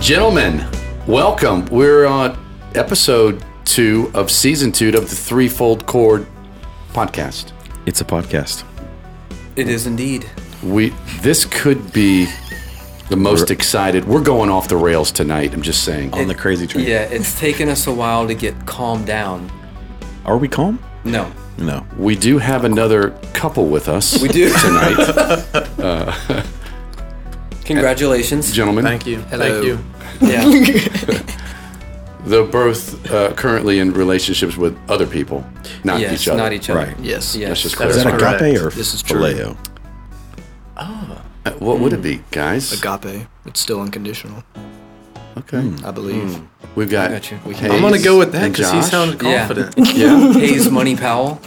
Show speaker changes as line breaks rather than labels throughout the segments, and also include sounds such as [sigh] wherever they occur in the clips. Gentlemen, welcome. We're on episode two of season two of the Threefold Chord podcast.
It's a podcast.
It is indeed.
We this could be the most excited. We're going off the rails tonight. I'm just saying.
Um,
On the crazy train.
Yeah, it's taken us a while to get calmed down.
Are we calm?
No.
No.
We do have another couple with us.
We do.
[laughs]
[laughs]
tonight, Uh,
Congratulations.
gentlemen.
Thank you.
Hello.
Thank you.
Yeah.
They're both uh, currently in relationships with other people, not
yes,
each other.
not each other.
Right.
Yes.
Yes.
Let's just
That's
Is that
clarify.
correct.
agape or
This is true.
phileo?
Uh, What would it
Hmm.
be, guys?
Agape. It's still unconditional,
Okay.
I believe.
Hmm.
We've got.
got you. We
Hayes
I'm gonna go with that
and
because he
Josh.
sounded
Yeah.
confident. [laughs]
Yeah. [laughs]
Hayes Money Powell,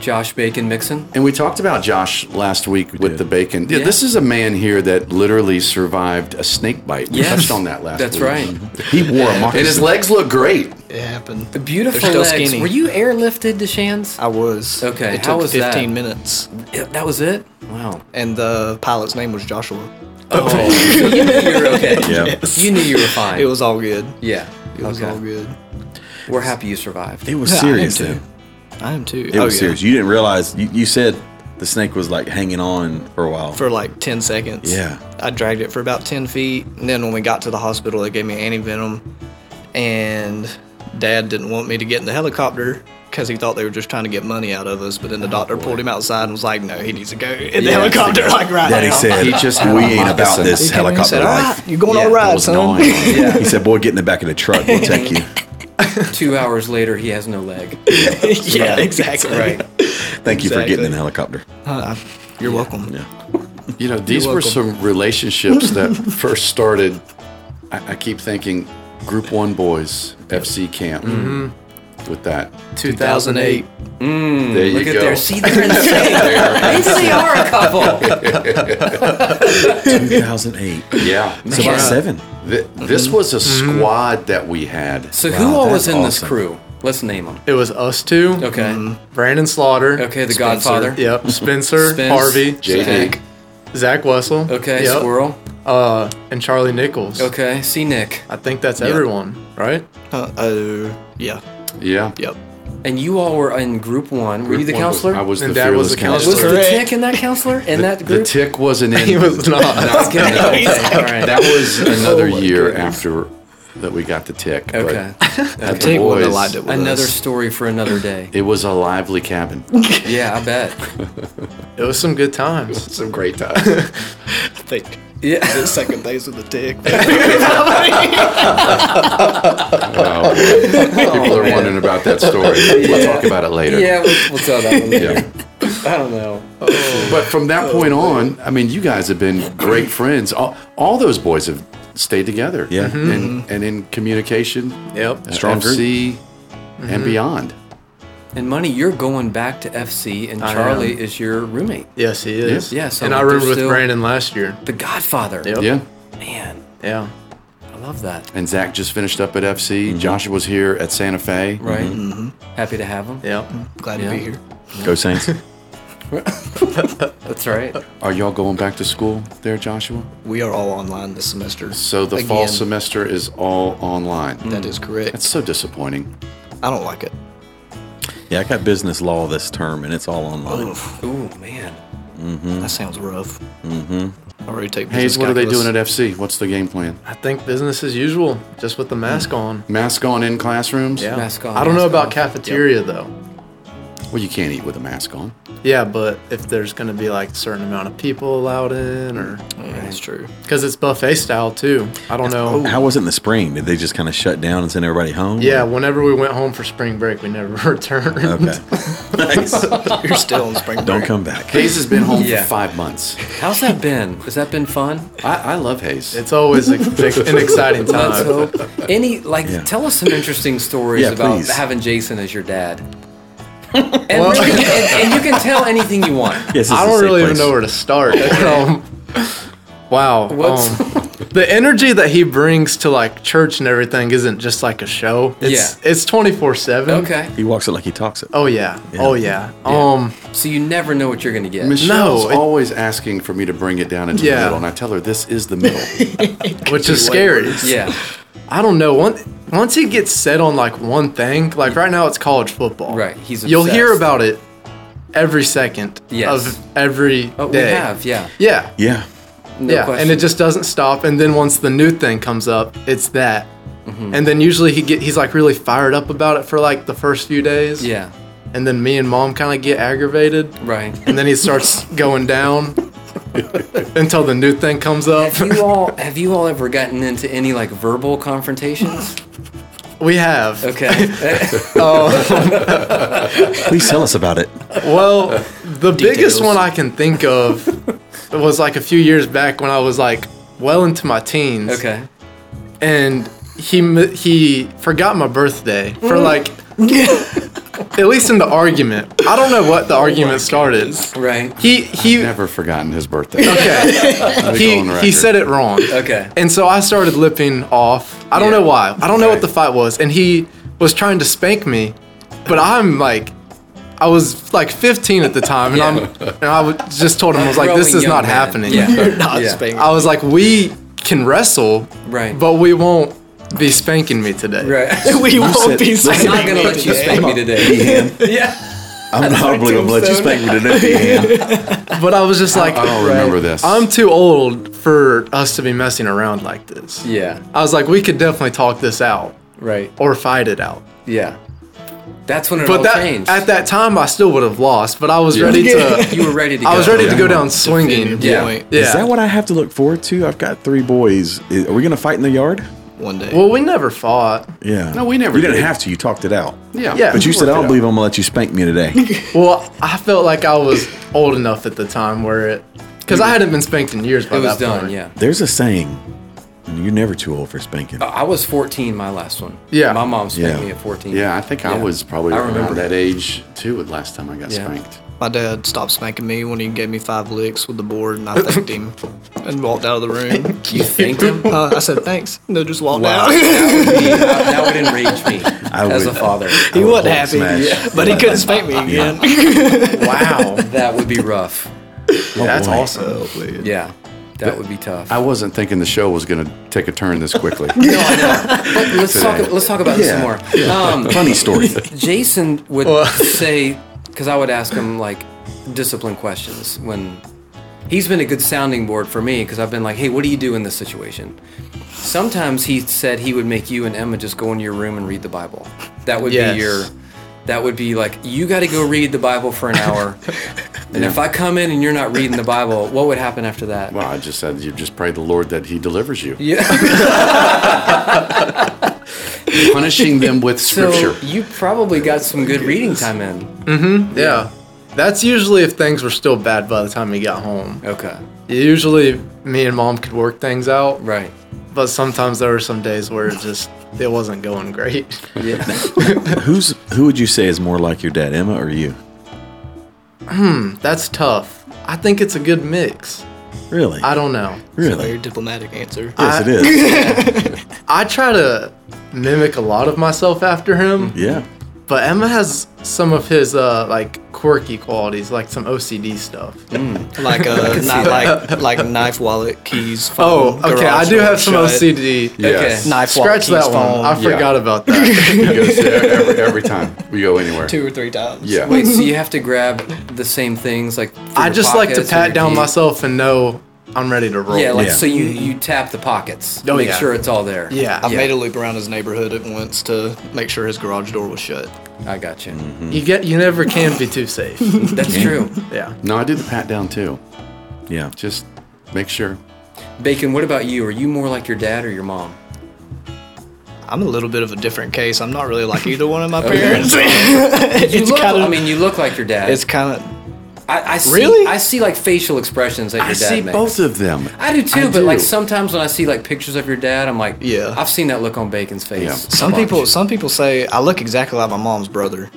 Josh Bacon Mixon.
And we talked about Josh last week with
did.
the bacon. Yeah,
Yeah.
This is a man here that literally survived a snake bite. We
Yes.
touched on that last
That's
week. Mm-hmm.
right.
He wore a moccasin. And his legs look great.
It happened.
Beautiful
They're still
legs.
skinny. Uh,
Were you airlifted to Shands?
I was.
Okay,
It
how
took
was that?
15 minutes,
Yeah, that was it.
[laughs]
Wow.
and the pilot's name was Joshua.
You're okay.
Yeah.
You knew you were fine.
It was all good.
Yeah.
It was all good.
We're happy you
[laughs]
survived.
It was
Yeah, I Oh,
serious,
am
though.
too. I am too.
It was serious. You didn't realize. You, you said the snake was like hanging on for a while.
For like 10 seconds.
Yeah.
I dragged it for about 10 feet, and then when we got to the hospital, they gave me antivenom, and Dad didn't want me to get in the helicopter. Because he thought they were just trying to get money out of us, but then the doctor pulled him outside and was like, "No, he needs to go in the
Yeah, he needs to
helicopter like right
Daddy
now."
said,
He just had
"We
a
ain't about
moccasin.
this
He came in and
helicopter
said, "Ah." "All right,
life."
you're going
Yeah,
all
It
right,
was
son. [laughs]
gnawing.
He said, "Boy, get in the back of the truck. We'll take you."
Two hours later, he has no leg.
yeah, exactly.
Right.
Thank you for getting in
Exactly.
the helicopter. [laughs]
Uh, you're welcome.
You know, these were
welcome.
some relationships that [laughs] first started. I, I keep thinking Group One Boys FC Camp with that.
2008.
there you
Mm-hmm. Look at
go. [laughs]
there. See, they're in sync. Maybe they are a couple.
2008.
yeah.
[laughs]
It's about
Yeah.
seven.
Th- this was a
Mm-hmm.
squad that we had.
So who all was
that's
in this
awesome.
crew? Let's name them.
It was us two.
Okay.
Brandon Slaughter.
Okay, the Godfather.
Yep. Spencer,
Spence.
Harvey,
JD.
Okay.
Zach Wessel.
Okay,
Yep.
Squirrel.
Uh, and Charlie Nichols.
Okay, see Nick.
I think that's everyone, right?
Uh, oh, yeah.
Yeah.
Yep.
And you all were in group one. Were you the
Group One Boys.
counselor?
I was
And
the
Dad
fearless
was the
counselor.
counselor.
Was the
Correct.
tick in that counselor? In that
The
group?
tick
[laughs]
wasn't in.
He was not.
[laughs] No,
all right.
That was another
my
year after that we got the tick. but
Okay.
at the
Tig wouldn't have
boys,
liked it with
Another
us.
story for another day.
It was a lively cabin.
Yeah, I bet.
it was some
[laughs]
good times.
Some great times.
I think
Yeah. [laughs]
the second place with the tick.
Oh, boy. People are wondering about that story. We'll talk about it later.
Yeah, we'll, we'll tell that one. later.
Yeah.
I don't know.
But from that point on, I mean, you guys have been great friends. All, all those boys have stayed together.
Yeah.
And, and in communication,
Yep.
uh,
Strong group.
FC, and beyond.
And Money, you're going back to FC, and
I am.
Charlie is your roommate.
Yes, he is.
Yeah, so
and I
they're
roomed with
still-
Brandon last year.
The Godfather.
Yep.
Yeah.
Man,
Yeah.
I love that.
And Zach just finished up at FC.
Mm-hmm.
Joshua was here at Santa Fe.
Right? Happy to have him.
Yep.
Glad
Yeah.
to be here.
Go Saints.
That's right.
Are y'all going back to school there, Joshua?
We are all online this semester.
So the fall
Again,
semester is all online.
That is correct.
That's so disappointing.
I don't like it.
Yeah, I got business law this term, and it's all online.
Ooh, man.
That sounds rough. Mm-hmm. I already take
Hayes,
business
what are they
calculus.
doing at FC? What's the game plan?
I think business as usual, just with the mask on.
Mask on in classrooms?
Yeah.
Mm. Mask on,
I don't know
mask
about
off.
cafeteria though.
Well, you can't eat with a mask on.
Yeah, but if there's gonna be like a certain amount of people allowed in, or
Yeah, that's true.
because it's buffet style too. I don't know.
How was it in the spring? Did they just kind of shut down and send everybody home?
Yeah, whenever we went home for spring break, we never [laughs] returned.
Okay. nice.
[laughs] You're still in spring
Don't
[laughs] break.
[laughs]
come back.
Hayes has been home
Yeah.
for five months.
How's that been? Has that been fun?
I, I love Hayes.
It's always a,
[laughs]
an exciting
Let's
time.
hope. Any like,
Yeah.
tell us some interesting stories
Yeah,
about
please.
having Jason as your
[laughs]
dad. And, really- and, and you can tell anything
[laughs]
you want.
Yes, this is
I
a
don't
safe
[laughs]
really even
place.
know where to start. Um, wow.
What's
um, the energy that he brings to like church and everything isn't just like a show. It's it's 24/7.
Okay.
He walks it like he talks it.
Oh yeah. Oh yeah. Um
So you never know what you're gonna get.
Michelle's
it-
always asking for me to bring it down into the
Yeah.
middle, and I tell her this is the middle.
which is scary.
Yeah.
I don't know. Once once he gets set on like one thing, like right now it's college football.
Right, he's
You'll hear
obsessed.
about it every second
Yes.
of every day.
But Oh, we have, yeah.
Yeah.
Yeah.
No
yeah,
question.
and it just doesn't stop. And then once the new thing comes up, it's that.
Mm-hmm.
And then usually he get he's like really fired up about it for like the first few days.
Yeah.
And then me and mom kind of get aggravated,
Right.
and then he
[laughs]
starts going down until the new thing comes up.
Have you all have you all ever gotten into any like verbal confrontations?
We have. [laughs]
Okay.
Please tell us about it.
Uh,
Well, the biggest
Details.
one I can think of was like a few years back when I was like well into my teens.
okay.
and he m- he forgot my birthday
Mm.
for like
[laughs]
at least in the argument. I don't know what the
Oh
argument started.
Right.
He he
Never forgotten his birthday.
okay.
[laughs] Let me go on
he he
record.
said it wrong.
Okay.
And so I started lipping off. I don't
Yeah.
know why. I don't know
Right.
what the fight was. And he was trying to spank me, but I'm like, I was like 15 at the time, and I'm and I would- just told him I was like, this
Growing
is
young
not
man.
happening.
Yeah.
Not
Yeah.
spanking.
I was like, we can wrestle,
Right.
But we won't be spanking me today. [laughs]
Right.
we won't
said-
be
listen,
I'm not
spanking
gonna
me
let you
today.
spank me today.
[laughs]
Dehan.
yeah.
I'm not going to let you spank me today, Dehan.
But I was just like,
I don't remember this.
I'm too old for us to be messing around like this.
Yeah.
I was like, we could definitely talk this out
Right.
or fight it out.
Yeah. That's when it all
But that
changed.
at that time, I still would have lost. But I was ready
[laughs]
to.
you were ready to go.
I was ready to
Yeah.
go down swinging.
Yeah.
Yeah.
Yeah.
Is that what I have to look forward to? I've got three boys. I- Are we going to fight in the yard?
One day.
Well, we never fought.
Yeah.
No, we never
You didn't
did.
have to. You talked it out.
yeah.
Yeah.
But you said, I
Worked
don't
it
believe I'm going to let you spank me today.
Well, I felt like I was old enough at the time where it, because I hadn't been spanked in years by
It was
that
done.
point.
Yeah.
There's a saying, you're never too old for spanking.
I was 14 my last one.
Yeah.
My mom spanked
Yeah.
me at 14.
Yeah, I think I
Yeah.
was probably
I
around
remember.
that age too. The last time I got
Yeah.
spanked.
My dad stopped spanking me when he gave me five licks with the board, and I thanked him and walked out of the room.
You thanked him?
Uh, I said thanks. No, just walked
Wow.
out. [laughs]
that would enrage me
I
as
would-
a father.
he
would
wasn't
want
happy,
smash. Oh, Yeah.
[laughs] but
[laughs]
he couldn't spank me
Yeah.
again. [laughs]
Wow.
That would be rough.
That's
boy.
awesome.
Yeah. That would be tough.
I wasn't thinking the show was going to take a turn this
[laughs]
quickly.
no, I know. But let's talk. Let's talk about this some more. Um,
Funny story.
Jason would
Well- [laughs]
say, because I would ask him like discipline questions when he's been a good sounding board for me because I've been like, hey, what do you do in this situation? Sometimes he said he would make you and Emma just go into your room and read the Bible. That would
Yes.
be your. That would be like you got to go read the Bible for an
[laughs]
hour. And if I come in and you're not reading the Bible, what would happen after that?
well, I just said you just pray the Lord that He delivers you,
Yeah.
[laughs] punishing them with
So
Scripture.
[laughs] you probably got some good reading time in.
Yeah. That's usually if things were still bad by the time we got home.
Okay.
Usually me and mom could work things out,
Right.
but sometimes there were some days where it just it wasn't going great. [laughs]
Yeah.
Who's who would you say is more like your dad, Emma or you?
That's tough. I think it's a good mix.
Really?
I don't know.
really?
Very [laughs] diplomatic answer.
Yes, it is.
I try to mimic a lot of myself after him,
Mm-hmm. [laughs] Yeah.
but Emma has some of his uh like quirky qualities, like some OCD stuff.
Like [laughs] uh, not like like knife, wallet, keys.
Oh,
Phone,
okay.
garage
I do
door
have some
shut,
OCD.
Yes.
Okay.
Knife, wallet,
Scratch
keys,
that one.
phone.
I
Yeah.
forgot about that.
He goes there every, every time we go anywhere.
two or three times.
Yeah.
Wait, so you have to grab the same things like? for
I
your
just like to
pockets or
pat
your
down
keys?
myself and know I'm ready to roll.
Yeah, like
Yeah.
so you you tap the pockets,
Oh,
make
yeah.
sure it's all there.
Yeah.
I
Yeah.
made a loop around his neighborhood at once to make sure his garage door was shut.
I got you.
You get you never can be too
[laughs]
safe.
That's true.
Mm-hmm. Yeah.
No, I do the pat down too.
Yeah.
Just make sure.
Bacon, what about you? Are you more like your dad or your mom?
I'm a little bit of a different case. I'm not really like either one [laughs] of my parents.
You
it's
look,
kind
I
of.
mean, you look like your dad.
It's kind of.
I, I see,
Really?
I see like facial expressions that your
I
dad
see
makes.
both of them.
I do too,
I
but like
do.
sometimes when I see like pictures of your dad, I'm like,
Yeah.
I've seen that look on Bacon's face.
Yeah.
a
Some
bunch.
people. Some people say I look exactly like my mom's brother.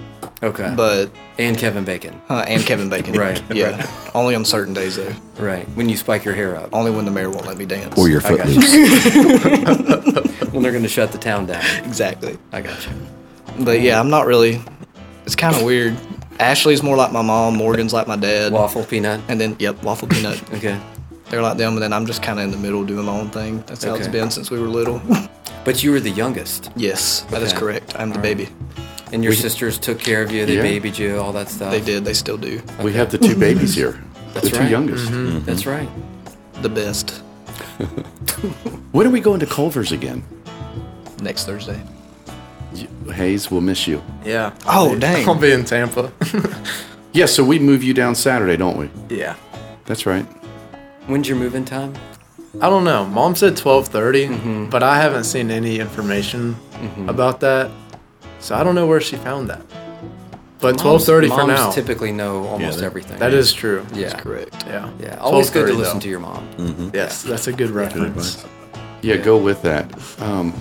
Okay.
but
and Kevin Bacon.
uh, and Kevin [laughs] Bacon.
Right,
Yeah. Only on certain days though.
Right. When you spike your hair up.
Only when the mayor won't let me dance.
Or your foot
got
loose.
When they're going to shut the town down.
exactly.
I got you.
But yeah, I'm not really. It's kind of weird. Ashley's more like my mom. Morgan's like my dad.
Waffle peanut.
And then yep, waffle peanut.
Okay.
They're like them, and then I'm just kind of in the middle doing my own thing. That's how it's
Okay.
been since we were little. [laughs]
But you were the youngest,
yes, that is
Okay.
correct. I'm the baby.
and your sisters took care of you. They
Yeah.
babied you, all that stuff.
They did. They still do.
We have the
[laughs]
two babies here. the two
right. Mm-hmm.
youngest.
That's right.
The best.
When are we going to Culver's again?
Next Thursday.
You, Hayes, we'll miss you.
Yeah.
Oh dang.
I'll be in Tampa. [laughs]
Yeah, so we move you down Saturday, don't we?
Yeah.
That's right.
When's your move-in time?
I don't know. Mom said 12:30, but I haven't seen any information about that. So I don't know where she found that. But 12:30
moms
for now.
typically know almost
that-
everything.
That is true.
Yeah.
Correct.
Yeah.
Yeah. Always good to
12:30
listen
though.
to your mom.
Yes, that's a good reference.
Yeah, go with that. Um,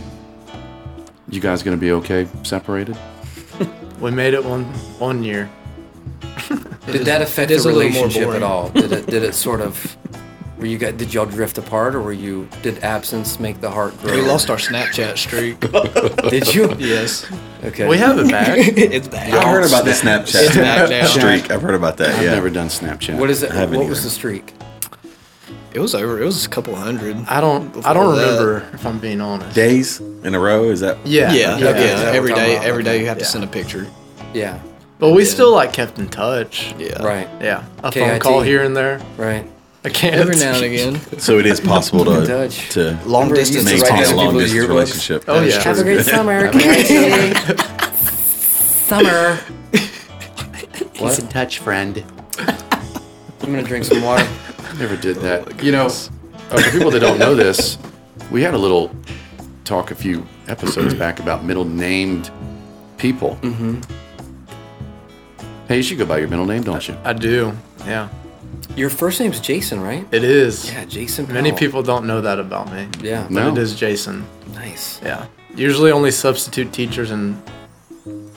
you guys gonna be okay separated?
We made it one one year.
Did that affect the
it is a little more
relationship at
boring.
all? Did it? Did it sort of? Were you guys? Did y'all drift apart, or were you? Did absence make the heart grow?
We lost our Snapchat streak.
[laughs] Did you?
yes.
Okay.
We have it [laughs]
[laughs]
back.
it's back.
I heard about the
It's back
Snapchat
now.
streak. I've heard about that.
I've
yeah.
never done Snapchat.
What is it?
I haven't
What was
either.
the streak?
It was over. It was a couple hundred.
I don't I
Before
don't
that-
remember if I'm being
[laughs]
honest.
Days in a row. Is that?
yeah.
yeah, yeah,
okay. Is that
Every
what we're
day,
talking
every
about?
day you have to
Yeah.
send a picture.
Yeah.
But we still like kept in touch.
Yeah.
Right.
Yeah. A phone
KIT.
call here and there.
Right.
I can't
Every now and again.
So it is possible
[laughs]
to
Dutch.
to
Long
Remember, you used to
distance
maintain
It's write down
a
people's
long distance
yearbooks.
relationship.
Oh [laughs] yeah.
Have a great summer. summer. What?
in touch, friend.
I'm gonna drink some water.
Never did that. You know, uh, for people that don't know this, we had a little talk a few episodes back about middle named people. Mm-hmm. Hayes, you go by your middle name, don't you?
I do. Yeah.
Your first name's Jason, right?
It is.
Yeah, Jason.
Many
Powell.
people don't know that about me.
Yeah.
But
No.
it is Jason.
Nice.
Yeah. Usually only substitute teachers in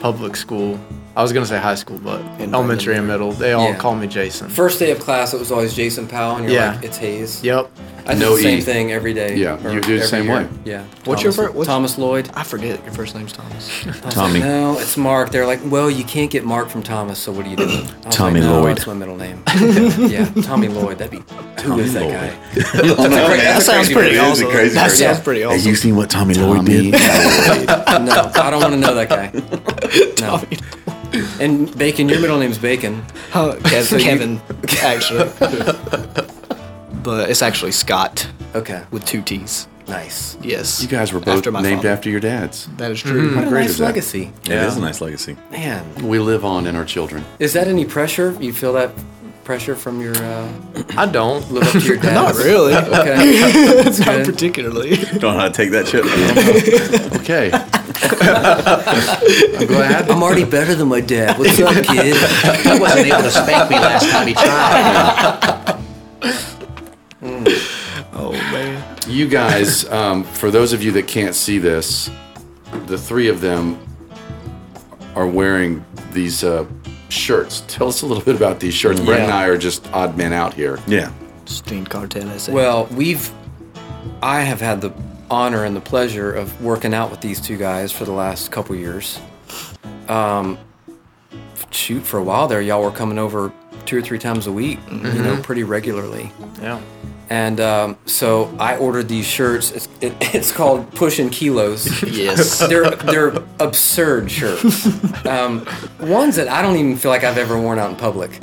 public school. I was gonna say high school, but
In
elementary and middle, they all
Yeah.
call me Jason.
First day of class, it was always Jason Powell, and you're
Yeah.
like, it's Hayes.
yep.
I do
No
the same
E.
thing every day.
Yeah,
or
you do the
every
same
year.
way.
Yeah.
What's your
Thomas-
fir- what's-
Thomas Lloyd?
I forget your first name's Thomas.
Tommy.
No, it's Mark. They're like, well, you can't get Mark from Thomas, so what do you do? I was like,
Tommy
"No,
Lloyd."
That's my middle name. [laughs] yeah, Tommy Lloyd. That'd be. Who is that
Lloyd.
guy?
that sounds pretty
It is a
awesome.
crazy
that
person.
sounds
Yeah.
pretty
Have you
awesome.
seen what Tommy Lloyd did?
No, I don't want to know that guy. No. And Bacon, your middle name's Bacon.
Huh,
So
Kev-
you-
Kevin, actually. but it's actually Scott
Okay.
with two T's.
Nice.
Yes.
You guys were both
After my
named
father.
after your dads.
That is true.
What a
great
nice
is that?
legacy.
It is a nice legacy.
Man,
We live on in our children.
is that any pressure? You feel that pressure from your uh,
I don't.
live up to your dad?
Not really. Not
Okay.
[laughs]
Good.
particularly.
Don't know how to take that chip.
Okay. I'm glad.
I'm already better than my dad. What's up, kid?
He wasn't able to spank me last time he tried.
Oh man.
You guys, um, for those of you that can't see this, the three of them are wearing these uh, shirts. Tell us a little bit about these shirts. Brett and I are just odd men out here.
[laughs] yeah.
Steam cartel. I say.
Well, we've, I have had the honor and the pleasure of working out with these two guys for the last couple years. Um, shoot, for a while there, y'all were coming over two or three times a week, you know, pretty regularly.
Mm-hmm. Yeah.
And um, so I ordered these shirts. It's, it, [laughs] it's called Pushing Kilos.
yes.
they're they're absurd shirts. Um, ones that I don't even feel like I've ever worn out in public.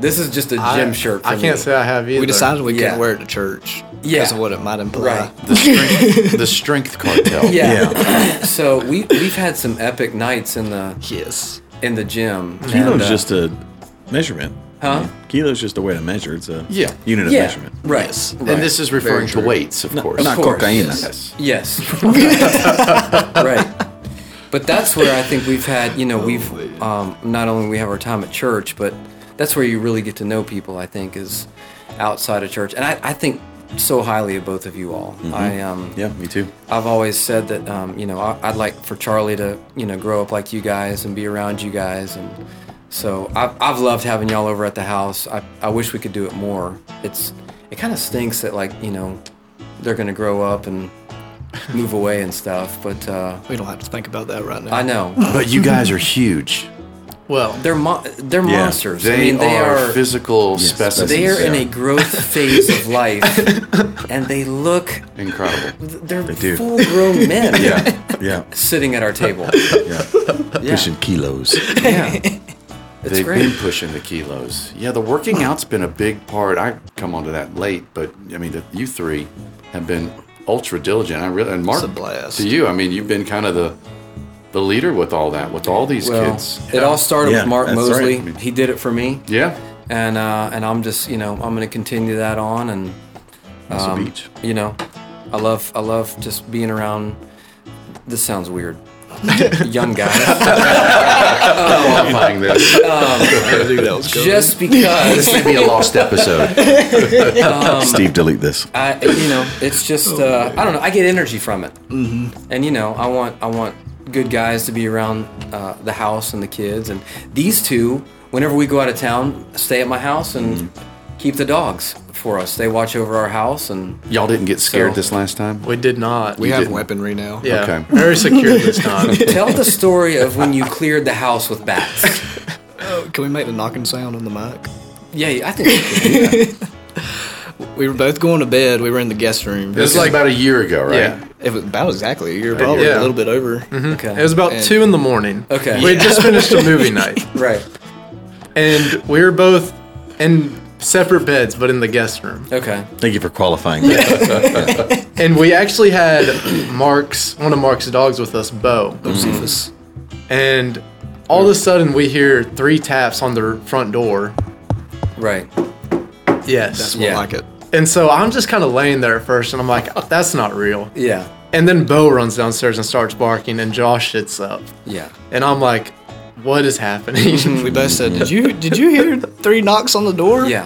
This is just a gym
I,
shirt. For
I can't
me.
say I have either.
We decided we
Yeah.
couldn't wear it to church because
Yeah.
of what it might imply.
Right.
The
[laughs]
strength, the strength cartel.
Yeah. [laughs] so we we've had some epic nights in the
Yes.
in the gym.
Kilo's
and, uh,
just a measurement.
huh?
Kilo's just a way to measure. It's a
Yeah.
unit of
Yeah.
measurement.
Right.
Yes.
And this is referring to weights, of course.
Not
course.
cocaine.
Yes.
Yes.
[laughs]
right. But that's where I think we've had, you know, we've um, not only we have our time at church, but that's where you really get to know people. I think is outside of church, and I, I think so highly of both of you all. I um,
Yeah, me too.
I've always said that um, you know I, I'd like for Charlie to you know grow up like you guys and be around you guys, and so I've, I've loved having y'all over at the house. I, I wish we could do it more. It's it kind of stinks that like you know they're gonna grow up and move away and stuff, but uh,
We don't have to think about that right now.
I know
But you guys are huge.
Well,
they're mo- they're
Yeah,
monsters.
They,
I mean they
are,
are.
physical specimens.
they are in
yeah.
a growth phase
[laughs]
of life, and they look
incredible.
they're
do.
full-grown
[laughs]
men
Yeah,
[laughs] Yeah,
sitting at
[laughs]
our table.
yeah.
Yeah.
Pushing kilos.
Yeah. It's
they've
great.
been pushing the kilos. Yeah, the working out's been a big part. I come onto that late, but I mean, the, you three have been ultra diligent. I really and Mark
a blast.
to you. I mean, you've been kind of the the leader with all that, with all these
well,
kids.
It all started
Yeah,
with Mark
that's
Mosley.
right.
He did it for me,
Yeah,
and uh, and I'm just you know I'm gonna continue that on, and
Muscle
[laughs]
um,
Beach.
you know, I love I love just being around. This sounds weird. [laughs]
[laughs]
Young guys,
qualifying this. [laughs]
just because
This may be a lost episode.
Steve, delete this.
I, you know, it's just uh, I don't know. I get energy from it, mm-hmm. and you know, I want I want good guys to be around uh, the house and the kids, and these two. Whenever we go out of town, stay at my house and
Mm-hmm.
keep the dogs for us. They watch over our house, and
Y'all didn't get scared
So-
this last time.
we did not.
we have
didn't.
weaponry now.
yeah,
okay.
very secure this time.
tell the story of when you cleared the house with bats.
Can we make the knocking sound on the mic?
Yeah, I think we could do that.
We were both going to bed. We were in the guest room.
This is like about a year ago, right?
Yeah.
It was about exactly a year, probably a
Yeah.
little bit over.
It
okay.
was about
And-
two in the morning.
Okay.
We had just finished a movie night,
Right.
and we were both in separate beds, but in the guest room.
Okay.
Thank you for qualifying that.
And we actually had Mark's one of Mark's dogs with us, Bo.
Mm-hmm.
Cephas.
And all of a sudden, we hear three taps on the front door.
Right.
Yes.
We'll
Yeah.
like it.
And so I'm just kind of laying there at first, and I'm like, "That's not real."
Yeah.
And then Bo runs downstairs and starts barking, and Josh sits up,
Yeah.
and I'm like, "What is happening?"
We both said, "Did you did you hear three knocks on the door?"
Yeah.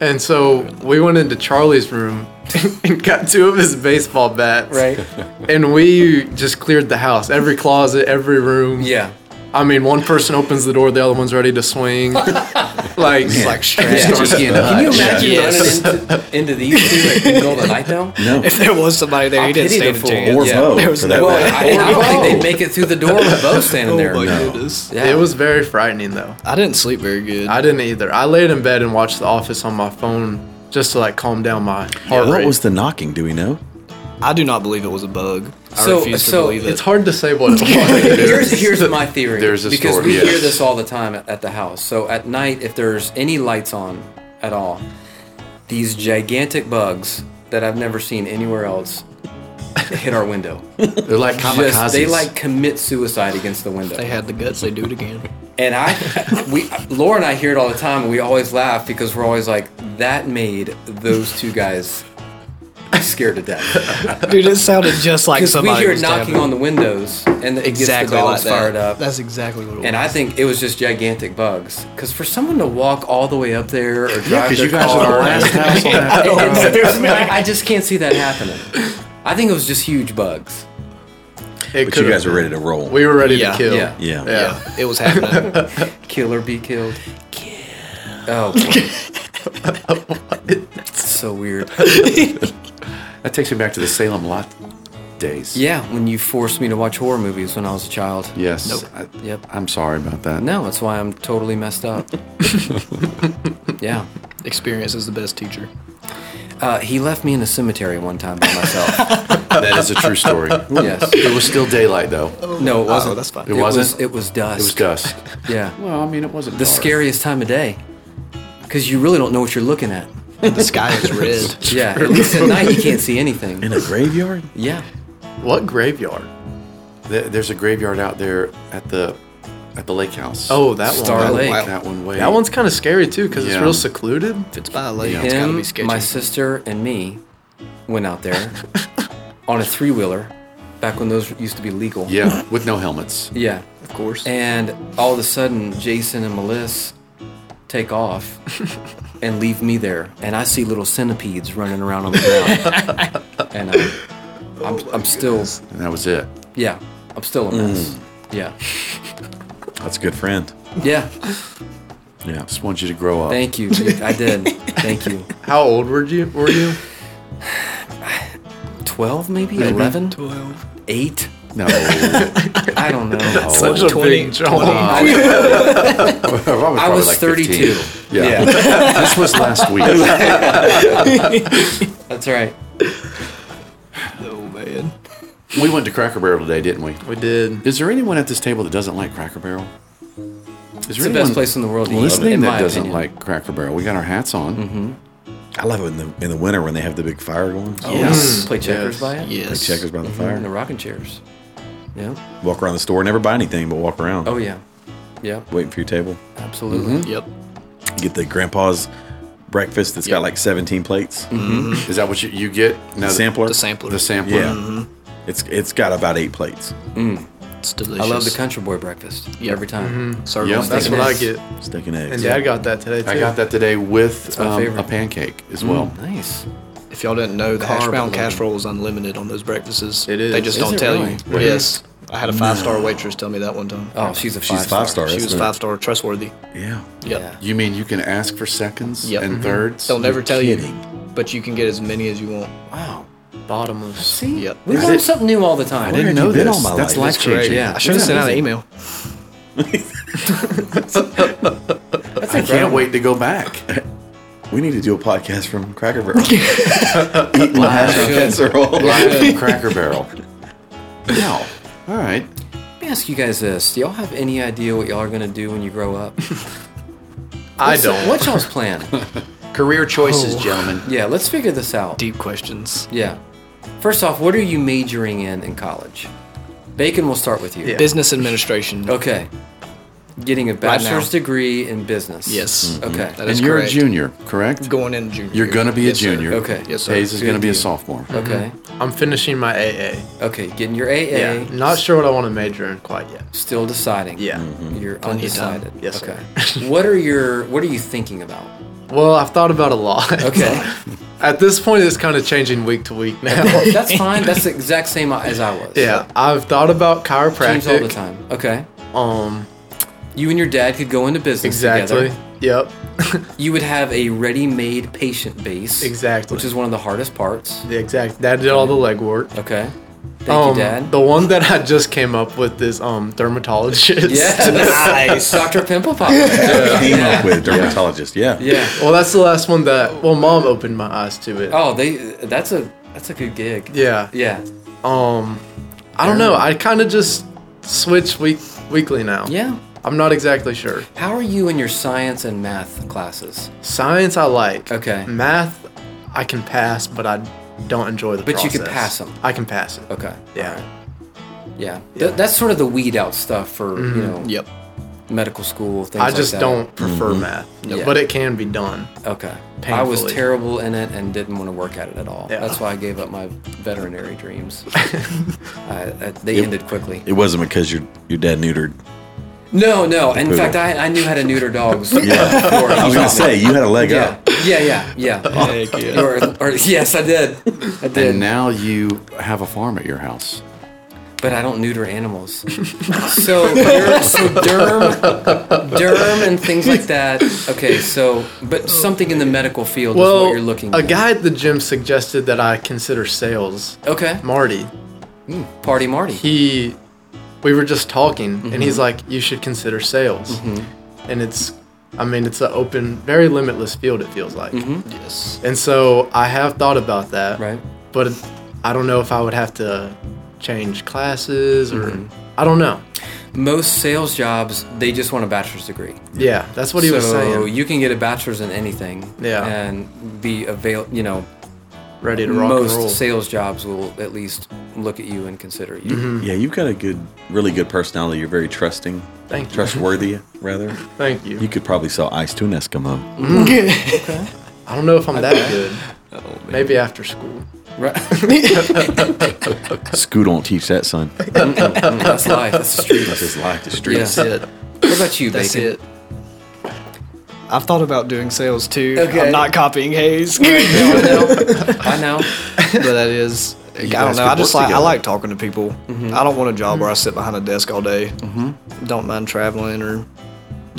And so we went into Charlie's room [laughs] and got two of his baseball bats.
Right.
And we just cleared the house. Every closet, every room.
Yeah.
I mean, one person opens the door, the other one's ready to swing. like,
It's like straight.
Just getting
Can you
hot.
imagine
Yes.
running into, into these two at the golden night though?
No.
If there was somebody there,
I
he didn't
pity
stand
the
a
fool.
chance.
Or
Yeah.
Mo,
There was
for that
no-
Well,
matter.
I, I don't think they'd make it through the door with Bo standing there.
Oh my
No.
goodness!
Yeah.
It was very frightening, though.
I didn't sleep very good.
I didn't either. I laid in bed and watched The Office on my phone just to like calm down my heart
What
rate.
was the knocking? Do we know?
I do not believe it was a bug. I
So-
refuse to
so
believe
it's
it.
hard to say what it was.
Here's,
[laughs]
here's my theory.
There's a
because
story,
we
yes.
hear this all the time at, at the house. So at night, if there's any lights on at all, these gigantic bugs that I've never seen anywhere else hit our
[laughs]
window.
They're like kamikazes.
Just, they like commit suicide against the window.
They had the guts. They do it again.
And I, [laughs] we, Laura and I hear it all the time, and we always laugh because we're always like, that made those two guys scared to
[laughs]
death.
Dude, it sounded just like
Because we
somebody
hear
was
knocking
dabbing.
on the windows, and it gets
exactly
the
like
dogs
that.
fired up.
That's exactly what it was.
And I think it was just gigantic bugs. Because for someone to walk all the way up there or drive
because
their
you guys
car, [laughs]
are the last house on that.
and- [laughs] and there's- I, I just can't see that happening. I think it was just huge bugs.
It
But you
could've
guys were
been.
ready to roll.
We were ready
Yeah.
to
Oh,
kill.
Yeah.
yeah.
Yeah.
yeah, it was happening.
Kill or be killed. Oh, boy. It's so weird.
That takes me back to the Salem lot days.
Yeah, when you forced me to watch horror movies when I was a child.
Yes.
Nope.
I,
Yep.
I'm sorry about that.
No, that's why I'm totally
[laughs]
messed up. yeah.
[laughs] Experience is the best teacher.
Uh, he left me in a cemetery one time by
[laughs]
myself.
That is a true [laughs] story.
yes.
It was still daylight though. It
No, it wasn't.
that's fine.
It,
wasn't?
Was, it was dust.
was dusk.
Yeah.
Well, I mean, it wasn't
The
dark.
scariest time of day. Because you really don't know what you're looking at.
The sky is
[laughs]
red.
Yeah. At least at night, you can't see anything.
In a graveyard?
Yeah.
What graveyard?
Th- There's a graveyard out there at the at the lake house.
Oh, that
Star
one.
Lake.
that one way.
That one's kind of scary too because
Yeah.
it's real secluded.
If it's by a lake, it's gotta
Him,
be sketchy.
my sister, and me went out there on a three wheeler back when those used to be legal.
Yeah, with no helmets.
Yeah.
of course.
And all of a sudden, Jason and Melissa take off and leave me there. And I see little centipedes running around on the ground. and I'm, I'm, I'm still,
And that was it.
yeah, I'm still a mess.
Mm.
Yeah.
That's a good friend.
Yeah.
Yeah.
Just want you to grow up. [laughs]
Thank you. I did. Thank you.
How old were you? Were you?
12, maybe? 11?
12.
8?
no.
[laughs] I don't know.
Such a
20,
big jump.
Probably-
I
probably
was
like
32.
15. Yeah.
[laughs]
this was last week. I
That's right.
Oh, man.
We went to Cracker Barrel today, didn't we?
We did.
Is there anyone at this table that doesn't like Cracker Barrel? Is
It's the best place in the world to eat,
listening
in
that
my
doesn't
opinion. Mm-hmm.
like Cracker Barrel? We got our hats on.
I love it in the in the winter when they have the big fire going. Oh,
Yes. Play checkers
Yes.
by it.
Like
Yes.
checkers by the
And the
fire.
rocking chairs. Yeah.
Walk around the store, never buy anything, but walk around.
Oh, yeah. Yeah.
Waiting for your table.
Absolutely.
Mm-hmm.
Yep.
Get the grandpa's breakfast that's got like 17 plates.
Is that what you, you get? Now,
Sampler.
The sampler.
The sampler.
Yeah. It's it's got about eight plates.
It's delicious.
I love the country boy breakfast
Yep.
every time.
Serve
Yep,
on
That's
thick
what I
eggs.
get.
Steak and
And
eggs.
Dad got that today too.
I got that today with
my
um, a
favorite. Mm,
pancake as well.
Nice.
If y'all didn't know, the hash
Carb
pound
loading.
casserole is unlimited on those breakfasts.
It is.
They just
Is
don't
it
tell
really?
you. Yes. I had a five star waitress tell me that one time.
Oh, she's a five
She's five star.
she was
isn't it?
five star, trustworthy.
Yeah.
Yep.
Yeah.
You mean you can ask for seconds
Yep.
Mm-hmm.
and
Mhm.
thirds?
They'll never tell you,
kidding.
but you can get as many as you want.
Wow.
bottomless.
See?
Yep.
We
Is
learn
it-
something new all the time.
I didn't
Where have
know
you been
this.
all my
That's
life?
life changing.
Yeah.
I should have sent out an email.
I can't wait to go back.
[laughs]
We need to do a podcast from Cracker [laughs] Barrel. Eating the hash brown
should.
casserole.
Live from Cracker Barrel. [laughs] Wow. All right.
Let me ask you guys this. Do y'all have any idea what y'all are going to do when you grow up?
[laughs] I don't.
What's y'all's plan?
Career choices,
Oh.
gentlemen.
yeah, let's figure this out.
Deep questions.
Yeah. First off, what are you majoring in in college? Bacon, we'll start with you.
Yeah.
Business administration.
Okay. Getting a
now.
bachelor's degree in business.
Yes.
Okay.
Mm-hmm. That
and
is
you're
correct.
a junior, correct?
Going in junior.
You're
year.
going to be a
Yes, sir.
junior.
Okay.
Yes, Mm-hmm. sir.
Hayes is going to be a
Good deal.
sophomore.
Okay.
I'm finishing my AA.
Okay. Getting your AA.
Yeah. Not sure what I want to major in quite yet.
Still deciding.
Yeah.
Mm-hmm.
You're
of time.
undecided.
Yes, sir.
okay. what are your What are you thinking about?
Well, I've thought about a lot.
Okay.
[laughs] At this point, it's kind of changing week to week now.
[laughs] That's fine. That's the exact same as I was.
yeah. I've thought about
Change all the
chiropractic.
time. Okay.
Um.
You and your dad could go into business
Exactly.
together.
Yep.
You would have a ready-made patient base.
Exactly.
Which is one of the hardest parts.
The exact. Dad did all the legwork.
Okay. Thank
um,
you, Dad.
The one that I just came up with is um dermatologist.
yeah.
[laughs]
[laughs] Nice. Dr. Pimple Popper.
Team up with a dermatologist. Yeah.
yeah.
Well, that's the last one that. Well, mom opened my eyes to it.
Oh, they. That's a. That's a good gig.
Yeah.
Yeah.
Um, I don't know. I kind of just switch week weekly now.
Yeah.
I'm not exactly sure.
How are you in your science and math classes?
Science I like.
Okay.
Math I can pass, but I don't enjoy the
But you can
process.
pass 'em.
I can pass it.
Okay.
Yeah.
Yeah. Th- that's sort of the weed out stuff for you know
Yep.
medical school things.
Mm-hmm. I
like
just
that.
don't prefer math.
Yeah.
But it can be done.
Okay. I was
Painfully.
terrible in it and didn't want to work at it at all.
Yeah.
That's why I gave up my veterinary
[laughs]
dreams. I, I, they ended quickly.
It wasn't because your your dad neutered.
No, no. In
Poodle.
fact, I, I knew how to neuter dogs.
Yeah.
before
I was gonna say you had a leg
Yeah.
up.
Yeah. Yeah. Yeah.
Heck yeah.
or, or, yes, I did. I did.
And now you have a farm at your house.
But I don't neuter animals. so, derm, so derm, derm, and things like that. Okay, so but something in the medical field is
Well,
what you're looking.
a
at.
guy at the gym suggested that I consider sales.
Okay,
Marty,
party Marty.
he, we were just talking, and
Mm-hmm.
he's like, "You should consider sales." And it's, I mean, it's an open, very limitless field. It feels like.
Yes.
And so I have thought about that.
Mm-hmm. Right.
But I don't know if I would have to change classes or
Mm-hmm.
I don't know.
Most sales jobs, they just want a bachelor's degree.
Yeah, that's what he
so
was saying.
you can get a bachelor's in anything.
Yeah.
And be avail. You know,
Ready to rock and roll.
most sales jobs will at least look at you and consider you.
Yeah, you've got a good, really good personality. You're very trusting.
Thank you.
Trustworthy, rather.
Thank you.
You could probably sell ice to an Eskimo.
I don't know
[laughs]
if I'm that
Oh,
good. Maybe after school.
Right.
Scoot don't teach that son.
Mm-hmm. That's life. That's the street.
That's his life. The
Yeah.
streets.
That's it.
What about you,
That's
Bacon?
it. I've thought about doing sales too.
Okay.
I'm not
[laughs]
copying Hayes, but
I know. I know.
that is. I
guys
don't
could
know. I
work
just like I
together.
like talking to people.
Mm-hmm.
I don't want a job where I sit behind a desk all day. Don't mind traveling or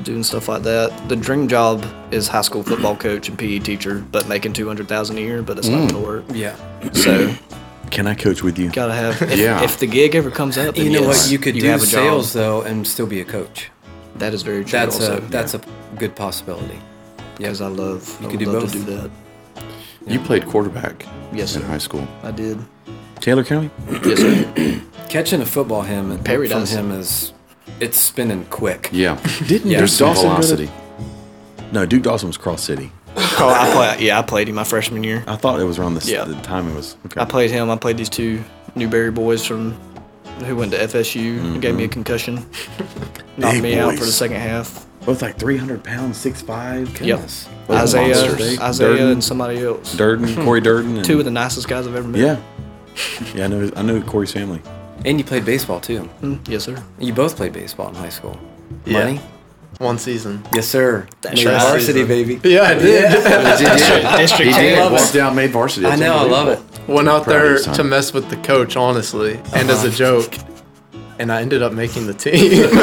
doing stuff like that. The dream job is high school football
[clears throat]
coach and PE teacher, but making two hundred thousand a year. But it's
Mm.
not gonna work.
Yeah.
So
Can I coach with you?
gotta have. If,
Yeah.
if the gig ever comes up,
You
then
know
yes,
what? You could
you
do
have a job.
sales though and still be a coach.
That is very true.
That's uh,
also,
a that's a good possibility.
because I love.
You
I
could
would
do
love
both.
to do
[clears throat]
that.
You played quarterback
Yes,
in
sir.
high school.
I did.
Taylor County?
Yes, sir.
Catching a football him and from
Paradise.
him is it's spinning quick.
Yeah.
Didn't
Yeah.
There's some
Dawson go to-
velocity.
No, Duke Dawson was Cross City.
Oh, I play, yeah, I played him my freshman year.
I thought it was around the,
Yeah.
the timing was. Okay.
I played him. I played these two Newberry boys from who went to FSU and gave me a
[laughs]
concussion. Knocked
Mm-hmm. Big
me out for the
boys.
second half.
Both like 300 pounds, 6'5.
Yep.
Goodness. Those
Isaiah,
monsters.
Isaiah,
Durden,
and somebody else.
Durden, Corey Durden. And,
Two of the nicest guys I've ever met.
Hmm. Yeah. Yeah, I know, I know Corey's family.
And you played baseball too.
Mm-hmm.
Mm, yes, sir.
You both played baseball in high school.
Yeah.
Money?
One season. [laughs]
Yes, sir. Made
right.
varsity,
Season.
baby.
Yeah, I did.
He did.
love it.
Walked down, made varsity.
I know. I love it.
Went out
Proud of
there
you, son.
to mess with the coach, honestly, and as a
Uh-huh.
joke. And I ended up making the
[laughs]
team [laughs]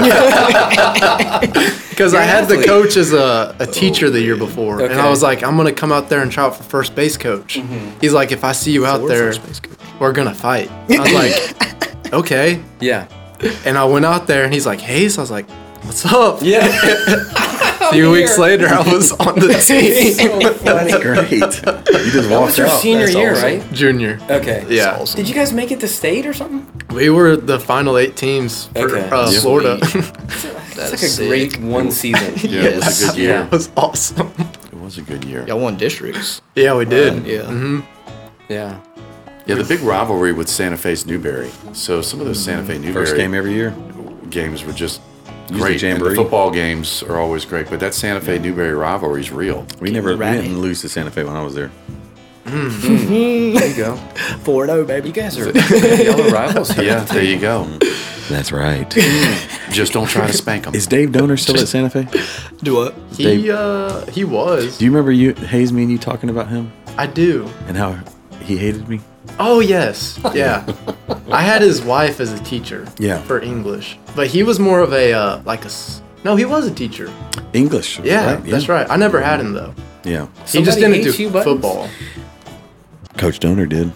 because I
an
had the
athlete.
coach as a, a teacher the year before, and
Okay.
I was like, "I'm gonna come out there and try out for first base coach." He's like, "If I see you out
Or
there,
Mm-hmm. first base coach.
we're gonna fight." I was
[laughs]
like, "Okay,"
Yeah.
and I went out there, and he's like, "Hayes," I was like, "What's up?"
Yeah.
A few weeks [laughs] later, I was on
[laughs]
the team,
[laughs] Great. you just
That
walked
was your
out.
senior
That's
year,
awesome.
right?
junior.
Okay.
Yeah,
Awesome.
Did you guys make it to state or something?
we were the final eight teams for
Okay.
uh,
Yeah.
Florida.
That's
It's like a great one
[laughs]
season.
Yeah, it was a
Yes.
good year.
Yeah.
That [laughs] was awesome. Uh,
It was a good year.
Y'all won districts.
Yeah, we did.
Yeah.
Mm-hmm.
Yeah.
Yeah, the big rivalry with Santa Fe's Newberry. So some of those Santa Fe Newberry
First game every year.
games were just
Usually
great. and the
jamboree.
football games are always great, but that Santa Fe Newberry rivalry is real.
We never we
Right.
didn't lose to Santa Fe when I was there.
There you go.
Four and oh, baby. You guys
These are- Y'all are rivals here.
Yeah, there you go.
That's right.
Just don't try to spank them.
Is Dave Doner still at Santa Fe?
[laughs] do what?
He uh he was.
Do you remember you Hayes me and you talking about him
I do.
and how he hated me?
Oh yes. Yeah. I had his wife as a teacher.
Yeah.
For English, but he was more of a uh, like a s- no. He was a teacher.
English.
Yeah, that's right. I never had him though.
Yeah.
He just
Somebody
didn't do
hates you buttons?
football.
Coach Doner did.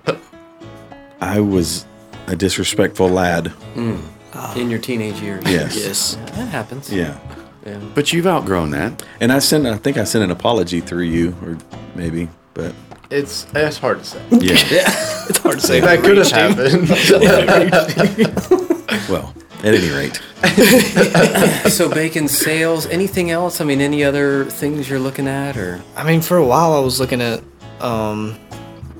[laughs] I was a disrespectful lad.
In your teenage years.
Yes.
Yes.
That happens.
Yeah.
But you've outgrown that.
And I sent I think I sent an apology through you or maybe, but
It's it's hard to [laughs] say.
[laughs] yeah.
It's hard to say.
That could have [laughs] happened.
well, at any rate.
So bacon sales. Anything else? I mean, any other things you're looking at, or
I mean, for a while, I was looking at. Um,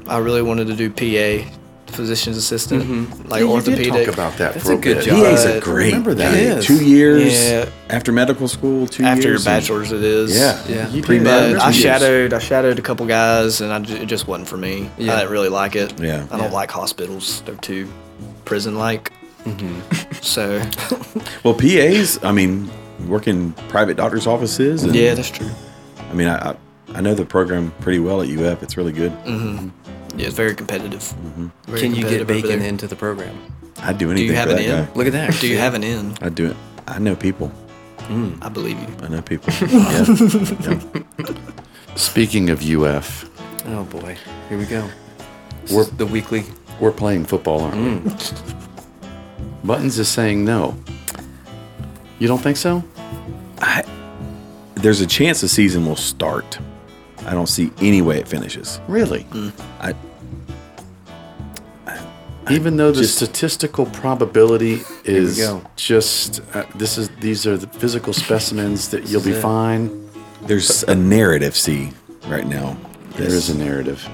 I really wanted to do PA, physician's assistant,
Mm-hmm.
like
You did
orthopedic.
talk about that for a,
a good
bit.
job.
PA is
I
a great
remember that.
gig.
It is.
Two years
Yeah.
after medical school, two
after your
years. and-
bachelor's it is
Yeah.
Yeah.
You
Pretty
did that.
much. I
Two years.
shadowed. I shadowed a couple guys, and I ju- it just wasn't for me.
Yeah.
I didn't really like it.
Yeah.
I don't like hospitals. They're too prison-like.
Mm-hmm. [laughs]
So
Well, PAs, I mean, work in private doctor's offices. And,
Mm-hmm.
yeah, that's true.
I mean, I, I I know the program pretty well at UF. It's really good.
Yeah, it's very competitive.
Mm-hmm.
Very
can you get
competitive over
bacon
there.
into the program?
I'd do anything.
have
for
an
that
in?
guy.
Look at that.
Do you have an in?
I'd do it. I know people.
I believe you.
I know [laughs] people. yeah. Yeah.
Speaking of UF,
Oh boy. Here we go. This
We're-
is the weekly.
we're playing football, aren't we? Buttons is saying no. You don't think so?
There's a chance the season will start. I don't see any way it finishes.
Really?
I-
Even though the
just-
statistical probability is
go.
just uh, this is these are the physical specimens that you'll be
is it.
fine.
There's a narrative, see, right now.
There is a narrative.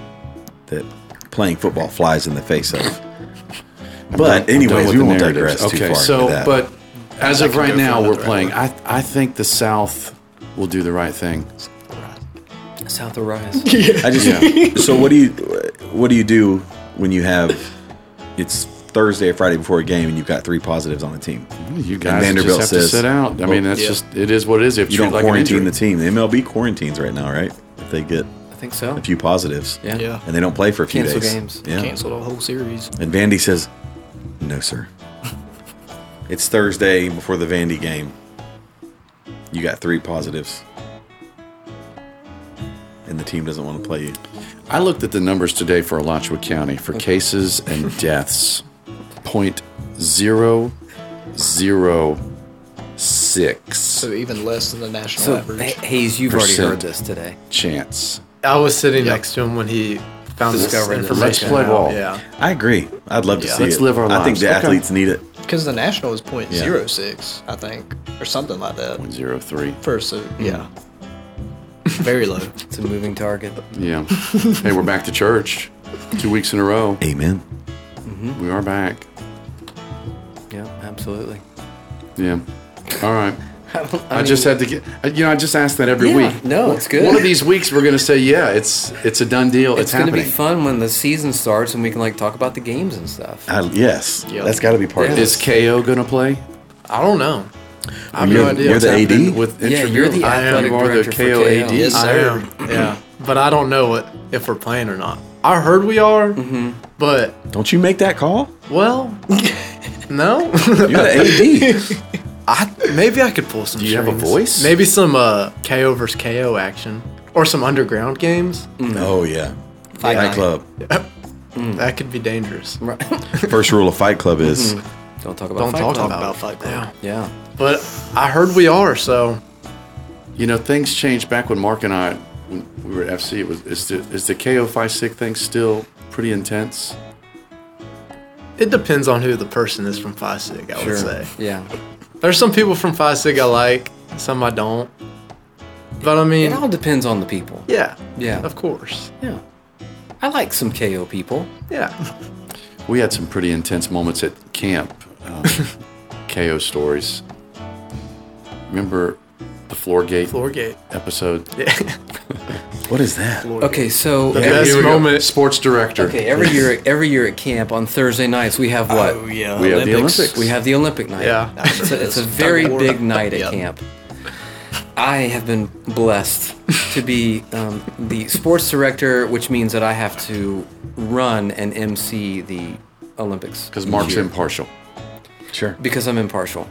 that playing football flies in the face of.
I'm
But
done
anyways,
with
we
the
won't
narratives.
digress too
okay,
far. into
so
that.
but as of
can go
right
for
now, we're
another
playing. I I think the South will do the right thing.
South of Rise.
I just.
[laughs] Yeah.
so what do you what do you do when you have it's Thursday or Friday before a game, and you've got three positives on the team.
You guys just
Vanderbilt
have
says-
to sit out. I mean, that's
yeah.
just it is what it is. If
You
treat
don't
like an
quarantine
injury.
the team. The MLB quarantines right now, right? If they get
I think so.
a few positives,
Yeah.
Yeah.
and they don't play for a few
Cancel
days.
games.
Yeah.
Canceled a whole series.
And Vandy says, "No, sir. it's Thursday before the Vandy game. You got three positives, and the team doesn't want to play you.
I looked at the numbers today for Alachua County for cases and deaths. Point zero zero six
So even less than the national
So eh,
average.
Ha- Hayes, you've already
Percent.
heard this today.
chance.
I was sitting next to him when he found this
Discovered this.
information.
Let's play
out,
ball.
Yeah.
I agree. I'd love to see
Let's
it.
live our
I think
lives.
the
Okay.
athletes need it.
Because the national is point
Yeah. Mm.
zero six, I think, or something like that.
Point zero three.
First, so, yeah.
[laughs]
Very low.
It's a moving target.
Yeah. hey, we're back to church. Two weeks in a row.
Amen.
We are back.
Yeah, absolutely. [laughs]
Yeah. All right.
I, don't-
I, just
mean-
had to get. You know, I just ask that every
Yeah,
week.
no, it's good.
One of these weeks, we're gonna say, yeah, it's it's a done deal. It's,
it's going to
happening.
be fun when the season starts and we can like talk about the games and stuff.
I, yes,
Yeah.
that's got to be part of
Is
this.
KO gonna play?
I don't know. I have
You're-
no idea.
you're
what's
the AD?
happening.
With
Yeah, you're the
intramural- I am-
athletic
you are
director
the
for KO.
KOAD.
Yes,
I am. Yeah. [clears throat] But I don't know what if we're playing or not. I heard we are, but
Don't you make that call?
well, no.
You're the AD.
I maybe I could pull some. Do
you have a voice?
Maybe some uh, KO versus KO action or some underground games.
oh yeah, Fight,
Night.
Club.
That could be dangerous.
First rule of Fight Club is
Don't talk about
Don't
Fight
talk,
Club.
about,
about
it.
Fight Club.
Yeah.
Yeah.
But I heard we are, so
You know, things changed back when Mark and I, when we were at FC. It was is the is the KO five sick thing still pretty intense?
it depends on who the person is from Phi Sig. I would say
Yeah.
there's some people from Phi Sig I like, some I don't. But I
It
mean,
all depends on the people.
yeah,
Yeah.
of course,
Yeah. I like some KO people.
yeah.
We had some pretty intense moments at camp. [laughs] Um, KO stories. Remember the floor gate
Floorgate.
episode?
what is that?
Okay, so
The best
Here we go.
moment.
Sports director.
okay, every year every year at camp on Thursday nights we have what?
Oh yeah.
We have the Olympics.
We have the Olympic night.
Yeah.
It's a, it's a very
Tug of war.
big night at
Yeah.
camp. I have been blessed to be um, the sports director, which means that I have to run and MC the Olympics
Because Mark's impartial.
Sure,
because I'm impartial.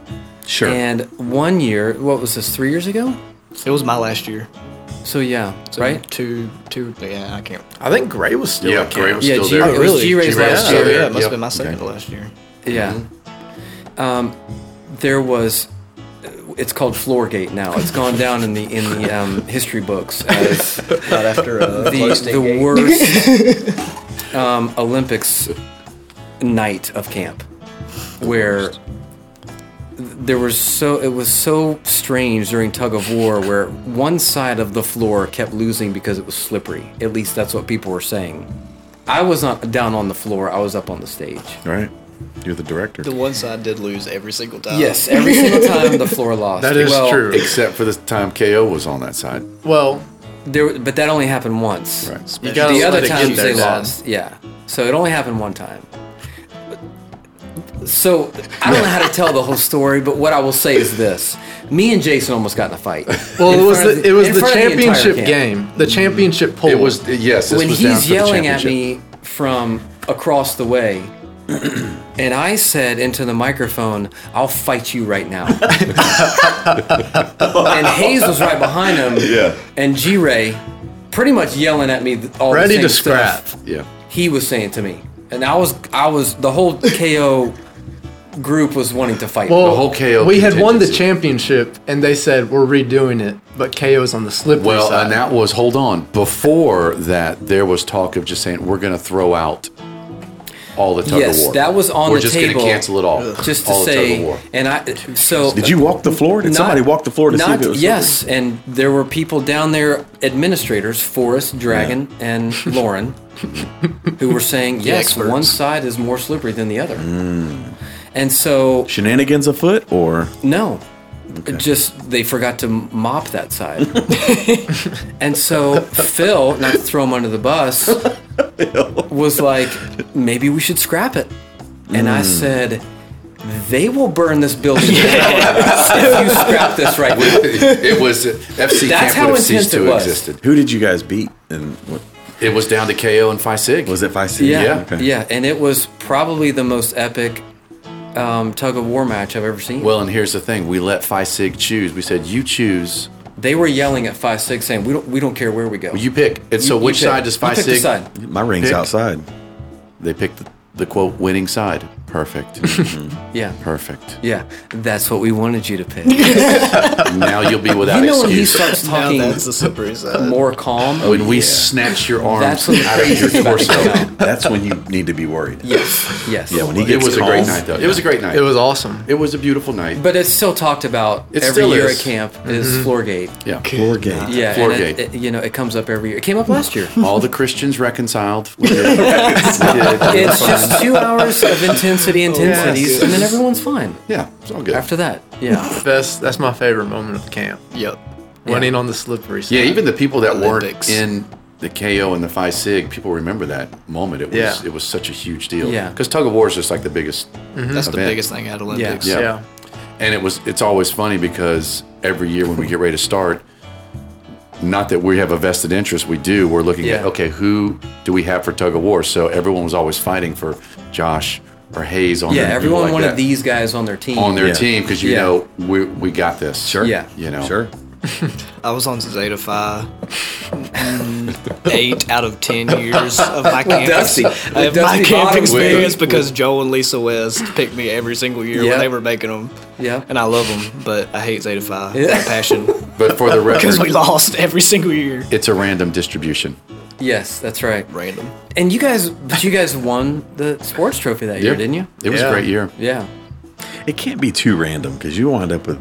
sure.
And one year, what was this? Three years ago?
It was my last year.
So yeah,
So
right?
Two, two. Yeah, I can't.
I think Gray was still.
Yeah,
at
Gray
camp.
was
yeah,
still
G-
there.
it was
really?
G-Ray's
G-Ray,
last
yeah.
year.
Oh, yeah,
there,
it
yep.
must have been my second to last year.
Yeah. Um, there was. It's called Floorgate now. It's gone down in the in the um, history books as
[laughs] Not after uh,
the, the worst um, Olympics night of camp, where there was so it was so strange during tug of war where one side of the floor kept losing because it was slippery. At least that's what people were saying. I was not down on the floor. I was up on the stage.
All right, you're the director.
The one side did lose every single
Uh,
time.
Yes,
[laughs]
every
[laughs]
single time the floor lost.
That is
Well,
true.
Except for the time KO was on that side.
Well,
There, but that only happened once.
Right.
you gotta
The
let
other
it get
times
there,
they
Dad.
lost. Yeah. So it only happened one time. So I don't know how to tell the whole story, but what I will say is this: me and Jason almost got in a fight.
Well,
In
it was
front of
the, it was
in
the
front of entire
championship
camp.
game, the championship poll.
It was yes. This
When
was down
he's
for the
yelling at
championship.
me from across the way, [clears throat] and I said into the microphone, "I'll fight you right
[laughs]
now." and Hayes was right behind him.
Yeah.
And G Ray, pretty much yelling at me th- all the
ready
same
to
stuff
scrap.
yeah.
he was saying to me, and I was I was the whole KO group was wanting to fight.
Well,
The whole KO
We had won the
contingency.
championship, and they said we're redoing it, but KO's on the slippery
Well,
uh,
side.
and that was hold on. Before that, there was talk of just saying we're going to throw out all the tug
Yes,
of war.
that was on
we're
the
just
table,
gonna cancel it all.
just to
all the tug of
say,
war.
and I so
Did you walk the floor? Did
Not-
somebody walk the floor to see if
not-
it was?
yes, and there were people down there, administrators, Forrest, Dragon, and Lauren, who were
[laughs]
saying yes,
experts.
one side is more slippery than the other,
Mm.
and so
Shenanigans afoot, or
No. Just they forgot to mop that side. [laughs] and so Phil,
[laughs]
not to throw him under the bus, was like, maybe we should scrap it. and
Mm.
I said, "They will burn this building
[laughs]
down [laughs] if you scrap this right now."
it was FC Camp
That's how
would have ceased
intense it
to
was.
exist.
Who did you guys beat? And what
It was down to KO and Phi Sig.
was it? Vice City?
Yeah, yeah,
Okay.
and it was probably the most epic um, tug of war match I've ever seen.
Well, and here's the thing: we let Phi Sig choose. We said, "You choose,
they were yelling at five six, saying, "We don't, we don't care where we go."
you pick." And so,
You- you
which
pick.
side does
You
Phi
pick the
Sig?
side.
My ring's
Pick.
outside.
They picked the, the quote winning side.
[laughs]
Perfect.
Mm-hmm. Yeah,
Perfect.
yeah, that's what we wanted you to pick. you
Now you'll be without
know when he
excuse. [laughs]
starts
Now
talking
that's the slippery side.
more calm,
when we snatch your arms
that's when the
out of
crazy
your
is about to
torso.
come out.
That's when you need to be
[laughs]
worried.
Yes, yes.
Yeah, when he
It
gets
was a great
calm.
night, though. It was a great night.
It was awesome.
It was a beautiful night.
but it's still talked about
It
every
still
year
is. Mm-hmm.
at camp. Is floor gate?
yeah.
Floor game.
Yeah,
Floor
and it-
gate.
It, you know, it comes up every year. It came up
[laughs]
last year.
All the Christians [laughs] reconciled. We did. We did. It was
It's
fun.
just two hours of intensity, intensities,
yes.
and then everyone's fine.
yeah, it's all good.
After that, yeah,
That's that's my favorite moment of camp.
Yep.
Running on the slippery side.
yeah, even the people that
Olympics.
weren't in the KO and the Phi Sig, people remember that moment. It was
Yeah.
it was such a huge deal.
Yeah.
because tug of war is just like the biggest,
That's the
Event.
biggest thing at Olympics.
Yeah.
yeah.
and it was it's always funny because every year when we get ready to start. Not that we have a vested interest, we do. We're looking at
Yeah.
okay, who do we have for tug of war? So everyone was always fighting for Josh or Hayes on
yeah.
their-
Everyone
like
wanted
that.
these guys on their team.
on their
Yeah.
team because you
Yeah.
know we we got this. Sure.
Yeah.
You know.
Sure.
I was on
[laughs]
Zeta Phi mm, eight out of ten years
[laughs]
of my camp,
Dusty.
of
With
my
Dusty
camp
Bottoms,
experience
baby.
because Joe and Lisa West picked me every single year
Yeah.
when they were making them.
Yeah.
And I love them, but I hate Zeta Phi with
Yeah.
my
[laughs]
passion
But for the
because we
record,
lost every single year.
it's a random distribution.
Yes, that's right.
Random.
And you guys, but you guys won the sports trophy that year,
Yeah.
didn't you?
It was a
Yeah.
great year.
Yeah.
It can't be too random because you wind up with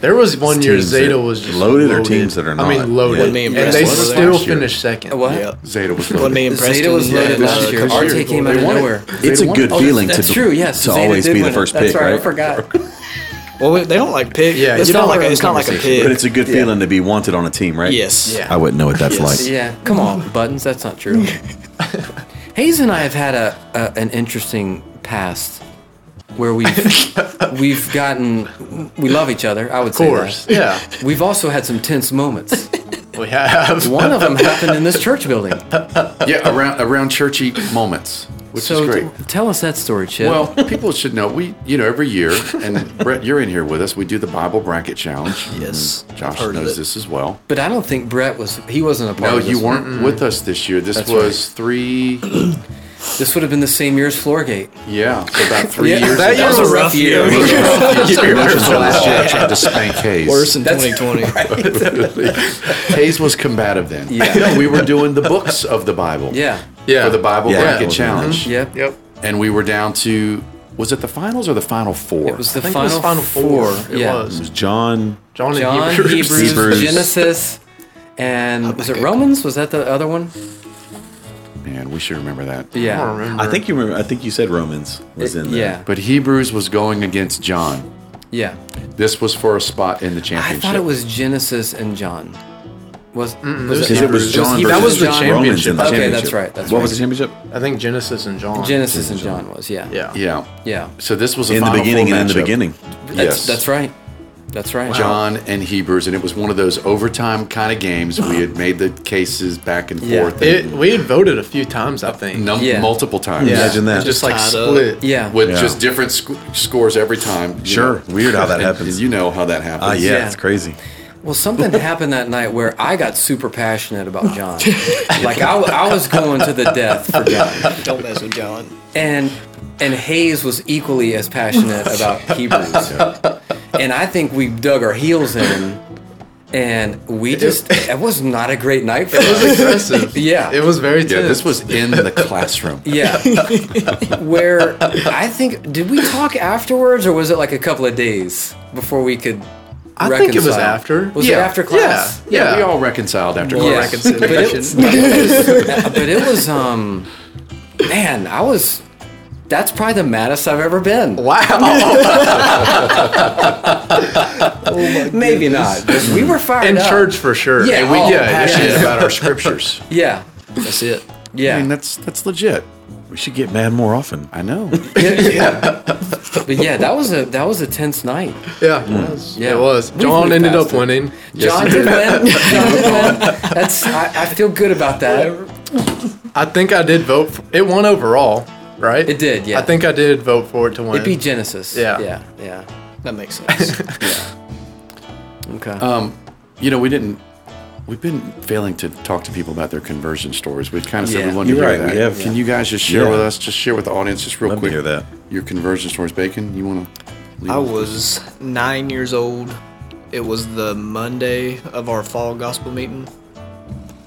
There was one year
Teams that
Zeta was just
loaded or teams that are
I
not?
mean loaded.
Wasn't me
and
impressed
they
with it
still
last year.
finished second.
What?
Yep.
Zeta was
When
loaded.
me and
Zeta
Preston
was
yeah,
loaded
uh,
last year.
Coach
Our
Yeager-
take came out of
They won it.
nowhere.
It's a
won.
good
Oh,
feeling
That's
to,
true. Yes.
to
Zeta
always
did
be the
win it.
first
That's
pick,
right,
right?
I forgot.
Well, we- they don't like pick.
Yeah,
it's
you
not
don't
like
have
a, it's not like a pick.
But it's a good feeling to be wanted on a team, right?
yes.
Yeah.
I wouldn't know what that's
Yes.
like.
Yeah, come on, buttons. That's not
[laughs]
true. Hayes and I have had a, a an interesting past where
[laughs]
we've we've gotten we love each other. I would
Of course.
say
Yeah.
that. We've also had some tense moments.
We have
One of them happened in this church building.
[laughs]
[laughs]
Yeah, around around churchy moments, which
so
is great.
t- tell us that story, Chip.
Well, people should know we, you know, every year, and Brett, you're in here with us. We do the Bible bracket challenge.
Yes.
And Josh
I've heard of
knows
it.
this as well.
but I don't think Brett was. He wasn't a part.
No,
of this
you
one.
weren't with us this year. This
That's
was three.
This would have been the same year as Floorgate.
Yeah, so about three
Yeah,
years.
that
ago.
year was a rough year.
Commercials on this year, I tried to spank Hayes.
Worse in 2020.
[laughs]
Hayes was combative then.
Yeah.
No, we were doing the books of the Bible.
Yeah. Mm-hmm.
Yeah.
For the Bible
Yeah.
bracket
Yeah.
challenge.
Yep.
Yep.
And we were down to was it the finals or the final four?
It was the
I think
final,
it was final four. It
yeah.
It
was.
was John.
John,
John,
and
Hebrews,
Hebrews.
Hebrews.
Genesis, and was it Romans? Was that the other one?
Man, we should remember that.
I don't
Yeah.
remember.
I think you remember. I think you said Romans was in there.
Yeah.
But Hebrews was going against John.
Yeah.
This was for a spot in the
I
championship.
thought it was Genesis and John. Was, was
Because it was John.
Hebrews.
That was the
versus
John-
Romans in the
championship.
Okay,
championship.
that's right, that's
what
right.
was the championship?
I think Genesis and John.
Genesis and John was, yeah.
Yeah.
Yeah.
Yeah.
So this was a
In the
Final Four
beginning and in the
matchup.
beginning.
That's,
Yes.
that's right. That's right.
John and Hebrews, and it was one of those overtime kind of games. We had made the cases back and
Yeah.
forth,
It,
and
we had voted a few times, I think. [laughs]
num-
Yeah.
multiple times.
Yeah.
Imagine that.
Just like
Tied up.
split.
Yeah.
with
Yeah.
just different sc- scores every time. you
Sure.
know.
Weird how that
And
happens.
You know how that
Ah,
happens.
yeah,
Yeah.
it's crazy.
Well, something happened that night where I got super passionate about John. like, I, w- I was going to the death for John.
Don't mess with John.
And, and Hayes was equally as passionate
[laughs]
about Hebrews. And I think we dug our heels in. And we just, it was not a great night for us.
It was aggressive.
Yeah.
It was very tense.
Yeah, this was in
[laughs]
the classroom.
Yeah. Where I think did we talk afterwards or was it like a couple of days before we could
I
reconcile?
think it was after.
Was it
Yeah.
after class?
Yeah.
we all reconciled after
More
Yeah.
class.
[laughs]
reconciliation.
But it was um man, I was that's probably the maddest I've ever been. [laughs] Oh
wow.
Maybe not. But we were fired
In
up.
church for sure.
Yeah.
And
We
we,
Oh,
yeah,
yeah.
passionate about our scriptures.
Yeah.
That's it.
Yeah.
I mean, that's that's legit.
We should get mad more often.
I know.
But yeah, that was a that was a tense night.
Yeah, it was.
Mm. Yeah.
It was.
We
John
flew
ended
past
up
it.
winning.
John did [laughs] win. John did win. That's I, I feel good about that.
I think I did vote. For, it won overall, right?
It did, yeah.
I think I did vote for it to win.
It beat Genesis.
Yeah.
yeah, yeah.
That makes
[laughs]
sense.
Okay.
Um, you know, we didn't. We've been failing to talk to people about their conversion stories. We've kind of said
Yeah.
we wanted to
You're
hear
right,
that.
we have.
Can you guys just share
Yeah.
with us? Just share with the audience, just real
Love to
quick.
hear that.
Your conversion stories, Bacon. You want to?
I was nine years old. It was the Monday of our fall gospel meeting.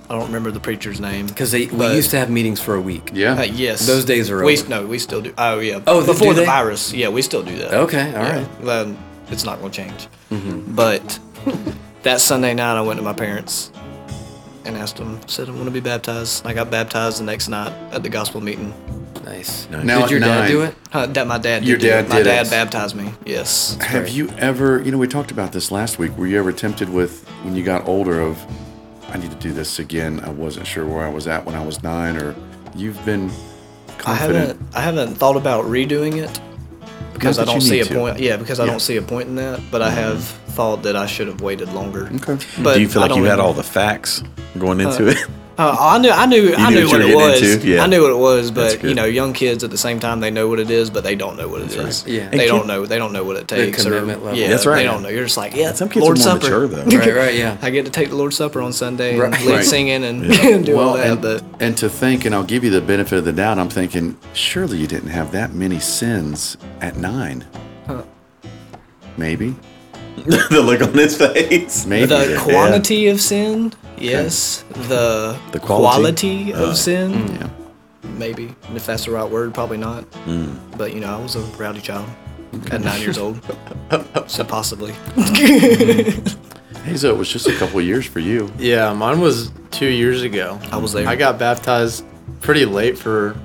I don't remember the preacher's name.
Because we
but-
used to have meetings for a week.
Yeah.
Uh, yes.
Those days are
we,
over.
No, we still do. Oh, yeah.
Oh, th- do
before the
they?
virus. Yeah, we still do that.
Okay, all
Yeah.
right.
Then it's not going to change.
Mm-hmm.
But that Sunday night, I went to my parents and asked them, said, I want to be baptized. I got baptized the next night at the gospel meeting.
Nice.
Now
did
at
your dad
nine-
do it?
Uh, that my dad did.
Your
do.
dad
My
did
dad
it.
baptized me. Yes.
Have
Right.
you ever, you know, we talked about this last week. Were you ever tempted with, when you got older, of, I need to do this again? I wasn't sure where I was at when I was nine, or you've been
I
confident.
haven't I haven't thought about redoing it because I
that you
don't see a
need to.
point. Yeah, because I
Yeah. Mm-hmm.
don't see a point in that. But I have thought that I should have waited longer.
Okay.
But
Do you feel
I
like you
don't
had
even-
all the facts going into it? [laughs]
Uh, I knew, I knew, I
knew
knew,
what
what,
you
it
were
was.
getting into? Yeah.
I knew what it was, but
good.
you know, young kids at the same time they know what it is, but they don't know what it is.
right. Yeah.
they
And
don't
kid-
know. They don't know what it takes.
commitment level.
Yeah,
That's right.
They don't know. You're just like, yeah,
Some kids
Lord's
are more mature
Supper.
though.
Right, right, yeah.
I get to take the Lord's Supper on Sunday
Right.
and lead
Right.
singing and [laughs] do all that.
and,
but
and to think, and I'll give you the benefit of the doubt, I'm thinking, surely you didn't have that many sins at nine. Maybe.
[laughs] the look on his face.
Maybe.
the
Yeah.
quantity of sin, yes. The,
The quality? Uh, mm,
quality, of sin,
Yeah.
maybe. And if that's the right word, probably not.
Mm.
But you know, I was a rowdy child at nine
[laughs]
years old, so possibly.
Hey, so it was just a couple of years for you.
Yeah, mine was two years ago.
I was there.
I got baptized pretty late for,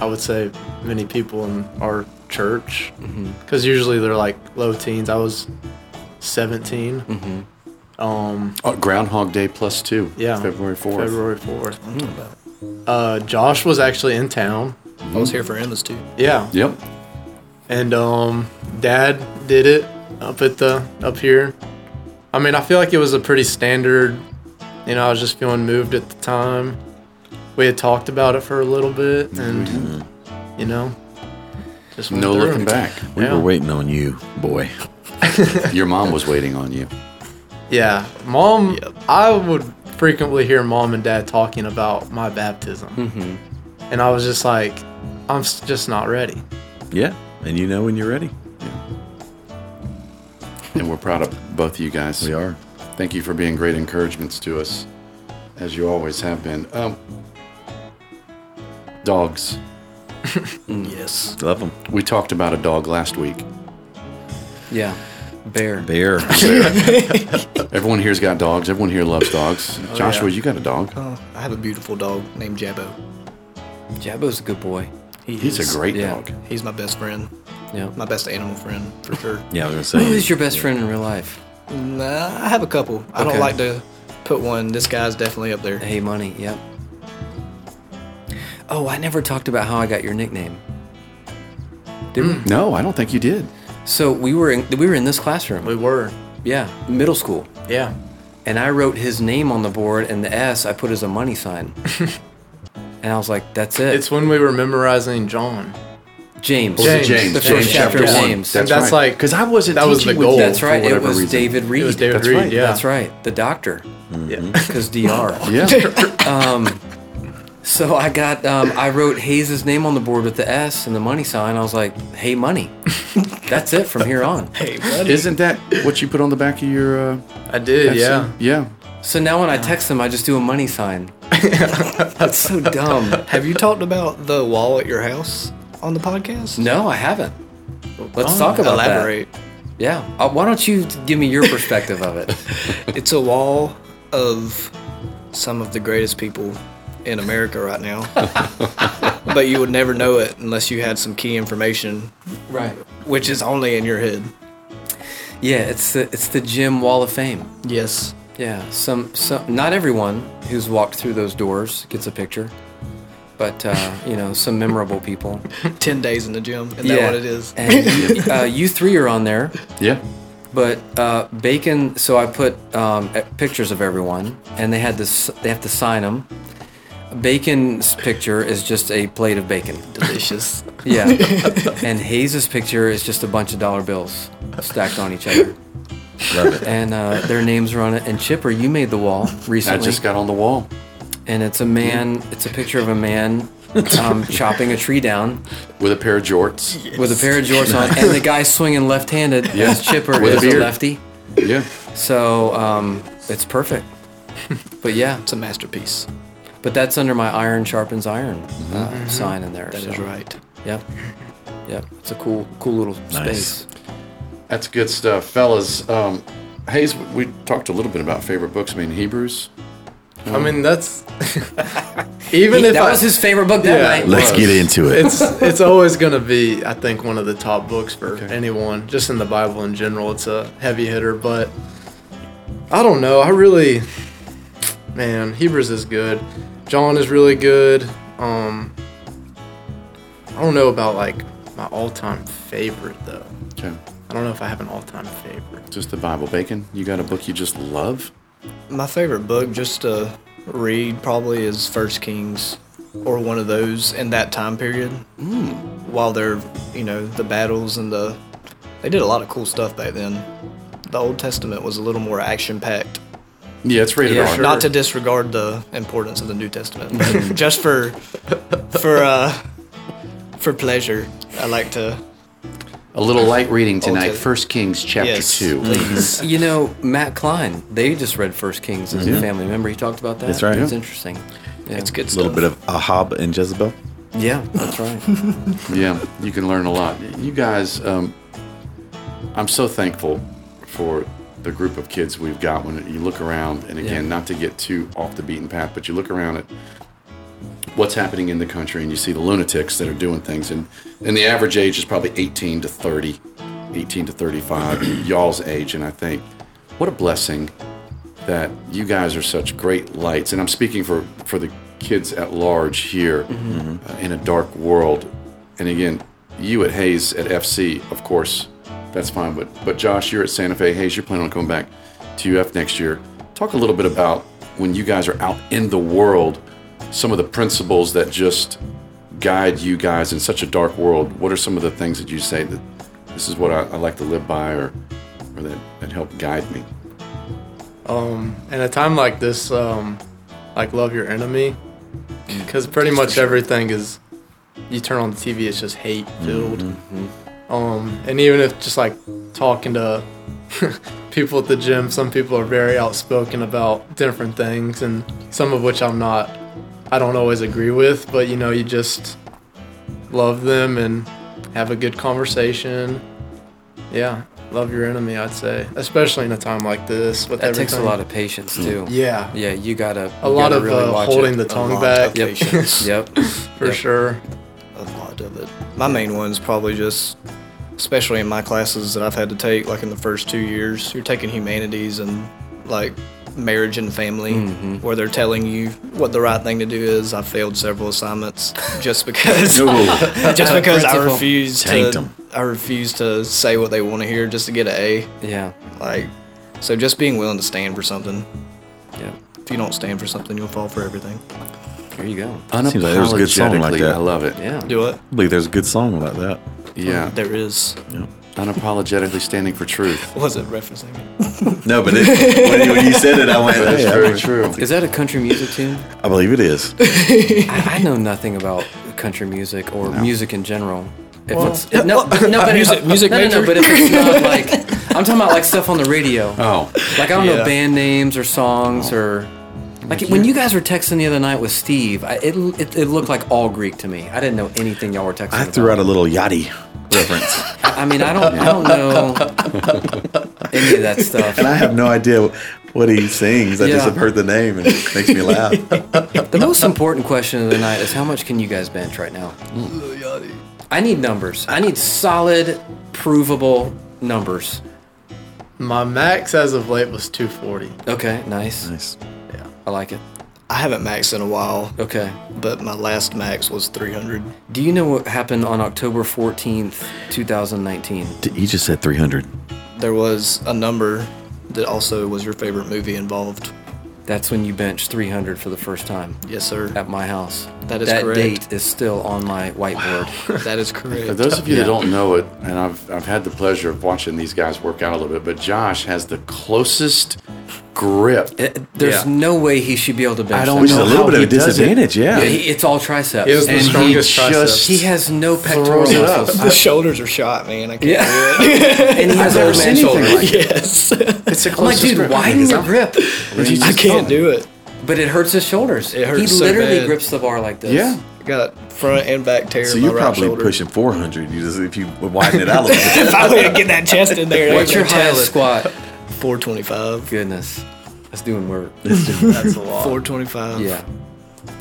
I would say, many people in our church.
Mm-hmm.
Because usually they're like low teens. I was 17.
Mm-hmm.
Um,
Oh, Groundhog Day plus two.
yeah.
February 4th.
February 4th. Uh, Josh was actually in town.
I was here for Emma's too.
Yeah.
Yep.
and um, dad did it up at the up here i mean i feel like it was a pretty standard you know i was just feeling moved at the time we had talked about it for a little bit and you know just
Mm-hmm.
went
No
through
looking
it.
back.
We
Yeah.
were waiting on you, boy.
Your mom was waiting on you.
yeah mom i would frequently hear mom and dad talking about my baptism
Mm-hmm.
and i was just like i'm s- just not ready
Yeah, and you know when you're ready.
And we're proud of both of you guys.
We are.
Thank you for being great encouragements to us, as you always have been. Um, dogs.
Yes.
Love them.
We talked about a dog last week.
Yeah.
[laughs]
Bear.
Bear.
Everyone here's got dogs. Everyone here loves dogs. Joshua, you got a dog.
Oh, I have a beautiful dog named Jabbo.
Jabbo's a good boy.
He
He's
is-
a great
yeah.
dog.
He's my best friend,
Yeah. [clears throat]
my best animal friend for sure.
yeah, I was
Who
gonna
is
say.
your best friend in real life?
nah, I have a couple. I
Okay.
don't like to put one. This guy's definitely up there.
Hey, money. Yep. Oh, I never talked about how I got your nickname. Did we?
No, I don't think you did.
So we were in we were in this classroom.
we were
Yeah, middle school.
yeah
And I wrote his name on the board, and the S I put as a money
[laughs]
sign. and I was like, "That's it."
it's when we were memorizing john
James.
Was it James?
The
James,
first chapter of
chapter one.
James.
And that's like-
because I wasn't.
that was
teaching
the
with
goal.
them
That's
for
right. It
whatever
was
reason.
David Reed.
it was david
That's
reed
right.
yeah
That's right. The doctor.
[laughs] Yeah.
[laughs] Because DR.
Yeah,
So I got, um, I wrote Hayes' name on the board with the S and the money sign. I was like, hey, money. [laughs] That's it from here on.
[laughs] Hey, buddy.
isn't that what you put on the back of your? Uh,
I did,
FC?
yeah.
yeah.
So now when I text them, I just do a money sign. That's so dumb.
Have you talked about the wall at your house on the podcast?
No, I haven't. Let's talk about that.
Elaborate.
Yeah. Uh, why don't you give me your perspective of it?
It's a wall of some of the greatest people in America right now. but you would never know it unless you had some key information,
Right.
which is only in your head.
Yeah, it's the, it's the gym wall of fame.
Yes.
Yeah, some some not everyone who's walked through those doors gets a picture. but uh, you know some memorable people.
Ten days in the gym, and that's what it is.
And uh, you three are on there.
Yeah.
But uh, bacon. So I put um, e- pictures of everyone, and they had to. s- They have to sign them. Bacon's picture is just a plate of
[laughs]
bacon.
[laughs] Delicious.
Yeah. and Hayes's picture is just a bunch of dollar bills stacked on each other.
Love it.
And uh, their names are on it. And Chipper, you made the wall
[laughs] I
recently.
just got on the wall.
and it's a man. It's a picture of a man
[laughs]
um, chopping a tree down
with a pair of jorts.
with a pair of jorts on, and the guy swinging left-handed.
Yeah.
Yes, Chipper
With a
is a
beard.
lefty.
Yeah.
So um, it's perfect. [laughs] But yeah,
It's a masterpiece.
but that's under my iron sharpens iron uh,
Mm-hmm.
sign in there.
That is right.
Yep. Yep. It's a cool, cool little space.
That's good stuff, fellas. Um, Hayes, we talked a little bit about favorite books. I mean, Hebrews.
I mean,
[laughs]
that's even if
that
I,
was his favorite book that
Yeah.
[laughs]
night.
Let's
Was.
get into it.
[laughs] it's it's always gonna be, I think, one of the top books for anyone, just in the Bible in general. It's a heavy hitter, but I don't know. I really, man, Hebrews is good. John is really good. Um, I don't know about like my all-time favorite though.
Okay.
I don't know if I have an all-time favorite.
Just the Bible. Bacon, you got a book you just love?
My favorite book, just to read, probably is First Kings, or one of those in that time period.
Mm.
While they're, you know, the battles and the, they did a lot of cool stuff back then. The Old Testament was a little more action packed.
Yeah, it's rated
Yeah,
R.
sure. Mm.
Not to disregard the importance of the New Testament, but just for, for uh, for pleasure, I like to.
A little light reading tonight.
Okay.
First Kings chapter
Yes. Mm-hmm.
two.
please.
You know, Matt Klein, they just read First Kings as a family member. He talked about that.
Mm-hmm. That's right.
It's
Yeah.
interesting. Yeah.
It's good
A
stuff.
little bit of Ahab and Jezebel.
Yeah, that's
[laughs]
right.
yeah, you can learn a lot. You guys, um, I'm so thankful for the group of kids we've got. When you look around, and again,
Yeah.
not to get too off the beaten path, but you look around at what's happening in the country, and you see the lunatics that are doing things, and and the average age is probably 18 to 30, 18 to 35, [clears throat] y'all's age, and I think what a blessing that you guys are such great lights and i'm speaking for for the kids at large here uh, in a dark world and again you at hayes at fc of course that's fine but but josh you're at santa fe hayes you're planning on coming back to uf next year talk a little bit about when you guys are out in the world some of the principles that just guide you guys in such a dark world what are some of the things that you say that this is what i, I like to live by or or that, that help guide me
Um, in a time like this, um, like love your enemy, because pretty much everything is. You turn on the TV, it's just hate
Mm-hmm,
filled. Um, and even if just like talking to [laughs] people at the gym, some people are very outspoken about different things, and some of which I'm not. I don't always agree with, but you know, you just love them and have a good conversation. Yeah, love your enemy, I'd say, especially in a time like this. With
That takes a
everything.
lot of patience too.
Yeah.
Yeah, you gotta.
A
you
lot
gotta
of
really
uh,
watch
holding
it.
the tongue
lot
back
of patience.
[laughs]
Yep.
for sure.
a lot of it. My main one's probably just, especially in my classes that I've had to take, like in the first two years, you're taking humanities and like marriage and family, where they're telling you what the right thing to do is. I failed several assignments [laughs] just because, [laughs] just because I
Principal.
refused
Tanked
to,
'em.
I refused to say what they want to hear just to get an A.
Yeah.
Like, so just being willing to stand for something.
Yeah.
If you don't stand for something, you'll fall for everything.
There you go.
Unapologetically,
Seems like there's a good song like that.
I love it.
Yeah.
Do it.
I believe there's a good song about that.
Yeah,
Mm-hmm.
There is.
unapologetically standing for truth.
Was it referencing?
No, but [laughs] it, when, you, when you said it, I went.
That is
"Yeah,
very true.
Is that a country music tune?
I believe it is.
I, I know nothing about country music or music in general. If it's, it- no, but- no, but music,
music
no, no, no,
major?
but if it's not like, I'm talking about like stuff on the radio.
Oh,
Like I don't know
Yeah.
band names or songs or like when you guys were texting the other night with Steve, I, it, it it looked like all Greek to me. I didn't know anything y'all were texting.
I
about.
threw out a little yachty reference,
I mean, I don't I don't know any of that stuff.
and I have no idea what he sings. I just
Yeah.
have heard the name, and it makes me laugh.
The most important question of the night is how much can you guys bench right now? I need numbers. I need solid, provable numbers.
My max as of late was 240.
Okay, nice.
[laughs] Nice.
I like it.
I haven't maxed in a while,
Okay.
but my last max was 300.
Do you know what happened on October 14th, 2019?
D- You just said 300.
There was a number that also was your favorite movie involved.
That's when you benched 300 for the first time
Yes, sir.
at my house.
That is
that
correct.
date is still on my whiteboard.
[laughs] That is
For
correct.
those of you that don't know it, and I've, I've had the pleasure of watching these guys work out a little bit, but Josh has the closest grip.
It- There's no way he should be able to bench.
I don't
that.
Which is a
know
little
how
bit of
he
a
does it.
disadvantage, yeah.
Yeah, he, it's all triceps.
It was the
And he
strongest
just-
triceps.
he has no pectoral
Throws it up.
muscles.
the shoulders are shot, man. I can't
Yeah.
do it.
and he has
never
every
seen
man
anything
shoulder.
like
[laughs] yes.
It's the
I'm like,
closest
dude,
grip.
widen your grip.
I can't do it.
But it hurts his shoulders.
It hurts
he
so
literally
bad.
grips the bar like this.
Yeah.
Got front and back tear
So
in my
you're
right
probably
[laughs] shoulder.
pushing 400. You just if you widen it out a little bit.
If I would get that chest in there,
What's your
tail?
highest squat?
425.
Goodness. That's doing
[laughs]
work.
425.
Yeah.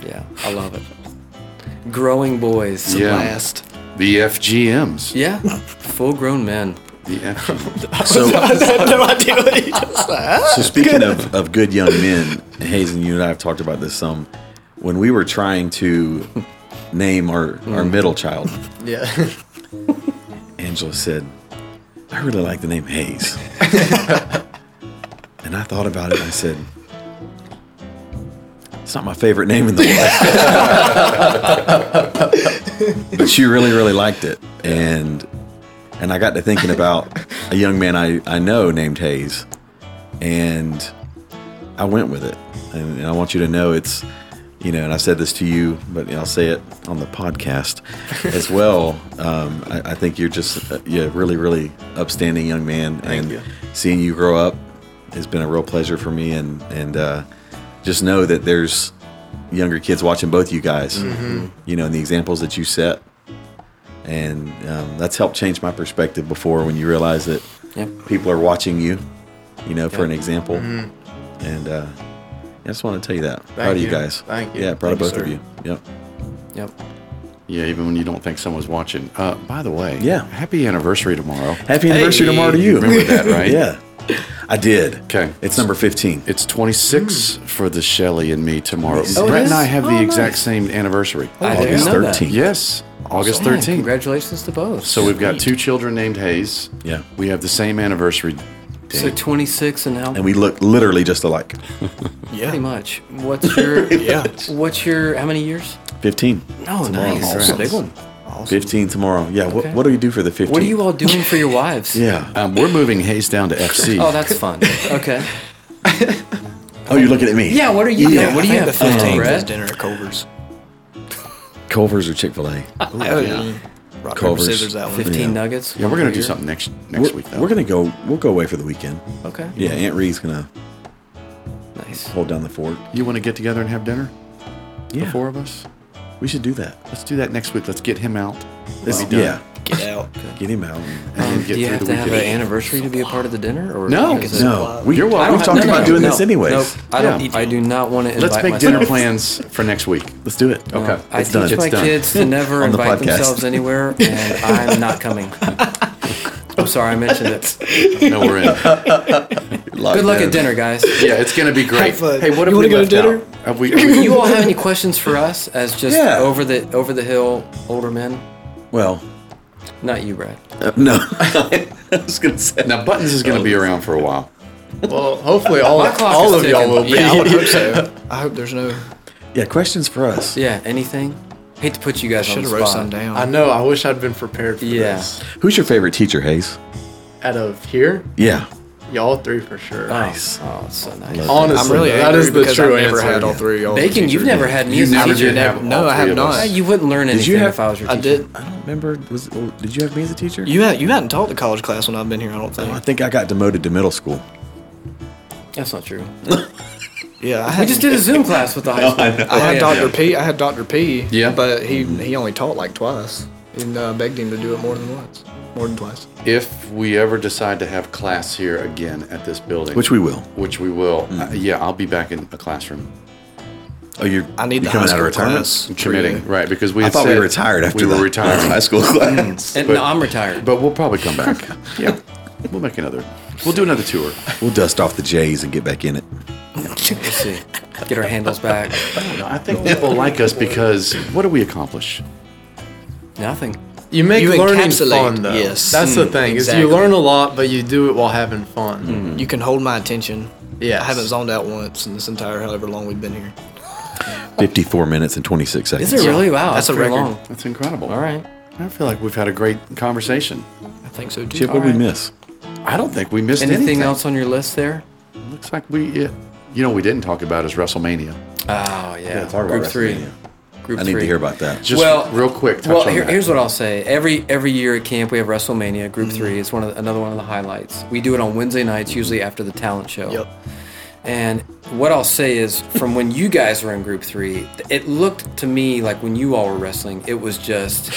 Yeah. I love it. Growing boys.
Yeah.
Last.
The FGMs.
Yeah. Full grown men.
The FGMs.
So,
[laughs] I had no idea what he does.
so speaking of, of good young men, Hazen, you and I have talked about this some. When we were trying to name our, our middle child,
Yeah.
[laughs] Angela said, I really like the name Hayes. and I thought about it and I said, It's not my favorite name in the world. but she really, really liked it. And and I got to thinking about a young man I, I know named Hayes. And I went with it. And, and I want you to know it's, you know, and I said this to you, but I'll say it on the podcast as well. Um, I, I think you're just, uh, yeah, really, really upstanding young man. and
you.
seeing you grow up has been a real pleasure for me. And, and uh, just know that there's younger kids watching both you guys, you know, and the examples that you set. And um, that's helped change my perspective before when you realize that
Yep.
people are watching you, you know, for an example. And uh, I just want to tell you that. proud of you
you.
guys.
Thank you.
Yeah, proud of both
Thank
of
you,
you. Yep.
Yep.
Oh, Yeah, even when you don't think someone's watching. Uh, by the way,
Yeah.
happy anniversary tomorrow.
Happy anniversary tomorrow to you.
Remember
[laughs]
that, right?
yeah. I did.
'Kay.
It's number 15.
It's 26 for the Shelly and me tomorrow.
Oh, it
Brett
is?
and
Oh,
I have the exact same anniversary.
I didn't
August
know that.
13th.
Yes, August
Man,
13th.
Congratulations to both.
So we've got two children named Hayes.
Yeah.
We have the same anniversary.
So 26 and how?
And we look literally just alike.
Pretty much. What's
[laughs]
your?
Yeah.
What's your? How many years?
Oh,
15.
No, nice. That's a big one.
15 tomorrow. Yeah.
Okay.
What, what do we do for the 15th?
What are you all doing for your wives?
Yeah.
Um, we're moving Hayes down to FC.
Oh, that's fun.
[laughs]
Okay.
Oh, you're looking at me.
Yeah. What are you doing? What do you
I
have?
think the 15th is dinner at Culver's.
Culver's or Chick fil A?
Oh, yeah. Rock, paper,
Culver's.
scissors, that one.
15
Yeah.
nuggets.
yeah, we're gonna do
Here.
something next next
We're,
week though.
we're going to go, we'll go away for the weekend.
Okay.
Yeah. Aunt Ree's going to
Nice.
hold down the fort.
you want to get together and have dinner? The four of us.
We should do that.
Let's do that next week. Let's get him out.
This-
Well done.
yeah.
Get out.
Get him out. and-
And then get
do you
through
have
the
to have an
weekend.
anniversary to be a part of the dinner? Or
No,
is it-
No, we,
You're
I
welcome.
don't
we've
have-
talked
no, no,
about
no,
doing
no.
this anyways.
Nope. I don't. I do not want to invite.
Let's make
myself.
dinner plans for next week.
Let's do it. Uh,
Okay.
[laughs] I
It's
teach
done.
my
It's done.
kids to never
On the
invite
podcast. [laughs]
themselves anywhere, and I'm not coming. I'm sorry I mentioned it.
No, we're in.
Good luck at dinner, guys.
Yeah, it's gonna be great.
Have fun.
Hey, what
You
have we
wanna go to
left
dinner?
out? Have we, have we-
You all have any questions for us as just
Yeah.
over the over the hill older men?
Well,
Not you, Brad.
uh, no. [laughs] I was going to say. Oh.
now Buttons is gonna be around for a while.
Well, hopefully all,
My clock
all
is
of y'all
ticking.
will be.
Yeah, I would hope so. I hope there's no.
Yeah, questions for us.
Yeah. Anything? Hate to put you guys on
Should
the spot.
have wrote some down.
[laughs] I know. I wish I'd been prepared for
Yeah.
this.
Who's your favorite teacher, Hayes?
Out of here,
Yeah.
y'all three for sure.
Oh,
Nice.
Oh, it's so nice.
Honestly,
I'm really
that
angry
is the
because
true
I've never
answer.
had all three. of y'all as a
Bacon, you've
teacher.
never had me as a
never
teacher.
did have all
no, I
three
have
of
not.
us.
You wouldn't learn anything
you have-
if I was your
I
teacher.
did.
I don't remember. Was oh, Did you have me as a teacher?
You had you hadn't taught the college class when I've been here. I don't
Oh, I
think.
think I got demoted to middle school.
That's not true.
Yeah, I
We
had,
just did a Zoom class with
[laughs]
the high school.
I had
Oh, yeah.
Dr. P. I had Dr. P.
Yeah.
but he he only taught like twice, and uh, begged him to do it more than once, more than twice.
If we ever decide to have class here again at this building,
Which we Hmm. will.
which we will, uh, yeah, I'll be back in a classroom.
Oh, you're.
I
you're
need
coming
the high
out of
school
retirement.
class.
I'm committing, right? Because we
I
had
thought we
said
were retired
we
after
were
that
retired.
[laughs] high school class.
And,
But-
no, I'm retired.
But we'll probably come
[laughs]
back. [laughs] yeah, we'll make another. We'll do another tour.
we'll dust off the J's and get back in it.
We'll see. get our handles back.
No, I think [laughs] people like us because what do we accomplish?
Nothing.
You make
You
learning
encapsulate,
fun though.
yes. Mm,
That's the thing is
exactly. Mm.
you learn a lot, but you do it while having fun.
You can hold my attention.
Yes.
I haven't zoned out once in this entire however long we've been here.
54 minutes and 26 seconds.
Is it really? Wow,
That's a
pretty
record.
Long.
That's incredible.
All right.
I feel like we've had a great conversation.
I think so too.
Chip, what did we miss?
I don't think we missed
Anything,
anything.
else on your list there?
Looks like we, yeah. you know, what we didn't talk about is WrestleMania.
Oh yeah.
talk about
Group three.
WrestleMania.
Group
I need
three.
to hear about that.
Just
Well-
real quick. Touch
well,
on
here-
that.
here's what I'll say. Every every year at camp we have WrestleMania Group Three. It's one of the, another one of the highlights. We do it on Wednesday nights, usually after the talent show.
Yep.
And what I'll say is, from when you guys were in Group Three, it looked to me like when you all were wrestling, it was just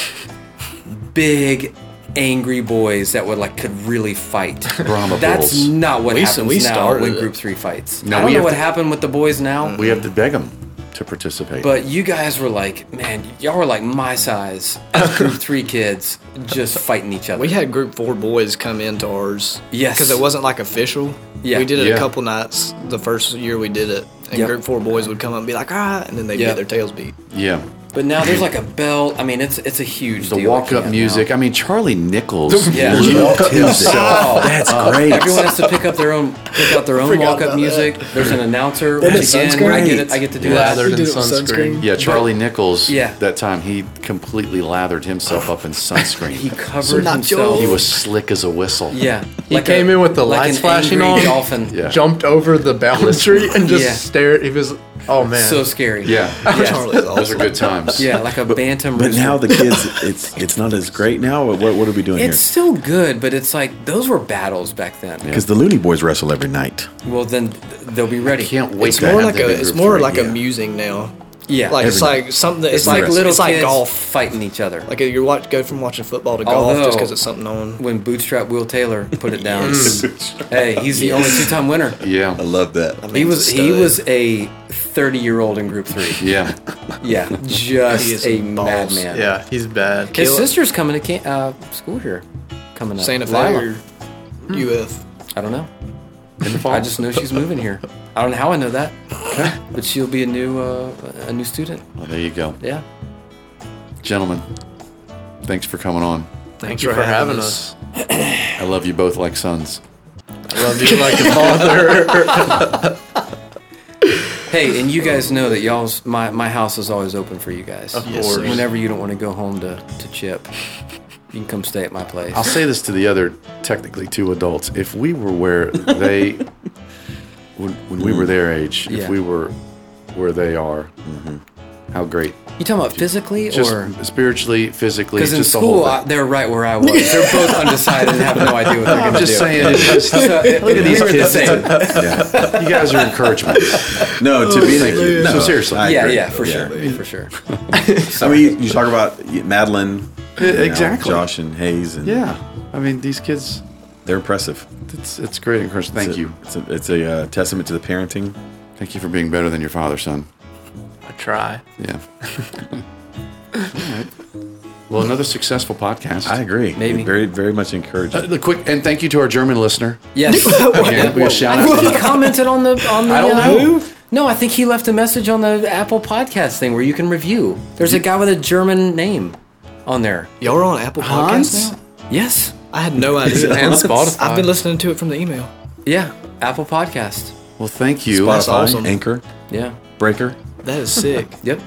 big, angry boys that would like could really fight.
Brahma
That's
bulls.
not what
We-
happens
we
now
started
when
it.
Group Three fights.
No,
I don't
we
know
have
what
to-
happened with the boys now.
we have to beg them to participate.
But you guys were like, man, y'all were like my size [laughs] as group three kids just fighting each other.
We had group four boys come into ours.
Yes.
Because it wasn't like official.
Yeah.
We did it
Yeah.
a couple nights the first year we did it. And
Yep.
group four boys would come up and be like, ah, and then they'd
Yeah.
get their tails beat.
yeah,
but now there's like a belt. I mean, it's it's a huge
the
deal at
walk-up
camp
music.
now.
I mean, Charlie Nichols
[laughs] Yeah.
loved himself.
Oh,
That's great.
everyone has to pick up their own pick out their own walk up music. There's an announcer. Once
is
again,
sunscreen.
I get it. I get to do that.
Lathered in
it with
sunscreen.
Yeah, Charlie Nichols.
Yeah.
that time he completely lathered himself up in sunscreen.
He
he,
covered
Nacho.
himself.
was slick as a whistle.
yeah.
He came in with the lights
an
flashing
angry
on.
Dolphin.
Yeah.
Jumped over the boundary
[laughs]
and just
Yeah.
stared. He was, oh man.
So scary.
yeah.
Yeah.
Charlie's
Those are
awesome.
good times.
Yeah, like a bantam.
But
rooster.
now the kids, it's it's not as great now. What what are we doing
it's
here?
still good, but it's like those were battles back then.
Because the Looney Boys wrestle every night.
Well, then th- they'll be ready.
Can't wait.
It's
to
more
have
like
the
a
big
it's
group
more
three.
like
Yeah.
a musing now.
Yeah,
Like it's
Every
like something. It's,
It's like little
it's like
kids
golf.
fighting each other. Like
Like you watch go from watching football to golf just because it's something on.
when Bootstrap Will Taylor put it down. hey, he's the only two-time winner.
Yeah.
love that.
I mean,
He
it's a
was he
stud.
was a 30-year-old in Group Three.
Yeah.
Yeah,
[laughs] He
just
is
a
balls.
madman.
yeah, he's bad.
His
Caleb-
sister's coming to camp, uh, school here. Coming up.
Santa Fe
Lila.
or UF.
I don't know. I just know she's moving here. I don't know how I know that, but she'll be a new uh, a new student.
Well, there you go,
Yeah.
gentlemen. Thanks for coming on.
Thanks for having us.
I love you both like sons.
I love you like a father.
Hey, and you guys know that y'all's my, my house is always open for you guys. Of
Yes, course. sir.
Whenever you don't want to go home to, to chip, you can come stay at my place.
I'll say this to the other technically two adults. If we were where they when, when we were their age,
Yeah.
if we were where they are, how great.
you talking about physically
Just
or?
spiritually, physically,
Because
just
in
the whole
school I,
thing.
they're right where I was. They're both undecided and have no idea what they're going
I'm
to do.
just [laughs] saying it's just,
So, it-
Look at these
we were the
kids.
same.
you guys are encouragement.
No, to be
Thank you.
no,
So seriously.
I
Yeah,
agree.
yeah, for sure, for sure.
I mean, you, you talk about Madeline, you know,
E, exactly.
Josh and Hayes, and
Yeah. I mean these kids
they're impressive.
it's it's great encouragement. Thank
It's a-
you.
It's a, it's a uh, testament to the parenting.
Thank you for being better than your father, son.
I try.
Yeah. All right. Well, another successful podcast.
I agree.
Maybe.
very very much encouraging.
Uh, the quick and thank you to our German listener. [laughs]
Yes.
Again, we will shout out. [laughs]
he commented on the on the.
I don't
uh,
know.
No, I think he left a message on the Apple Podcast thing where you can review. There's a guy with a German name on there.
Y'all are on Apple Podcasts now?
Yes.
I had no idea.
And Spotify.
I've been listening to it from the email.
Yeah. Apple Podcast.
Well, thank you.
Spotify,
That's awesome.
Anchor,
Yeah.
Breaker.
That is sick.
Yep.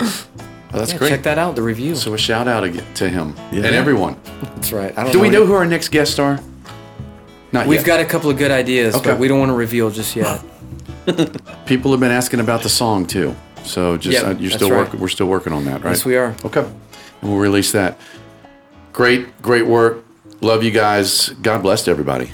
Oh, that's
Yeah,
great.
Check that out. The review.
So a shout out again to him
Yeah.
and everyone.
That's right. I don't
Do we know
any-
who our next guests are? Not
We've
yet.
got a couple of good ideas,
Okay.
but we don't want to reveal just yet.
people have been asking about the song too. So just
Yeah,
uh, you're
that's
still
right.
working. We're still working on that, right?
Yes, we are.
Okay, and we'll release that. Great, great work. Love you guys. God bless everybody.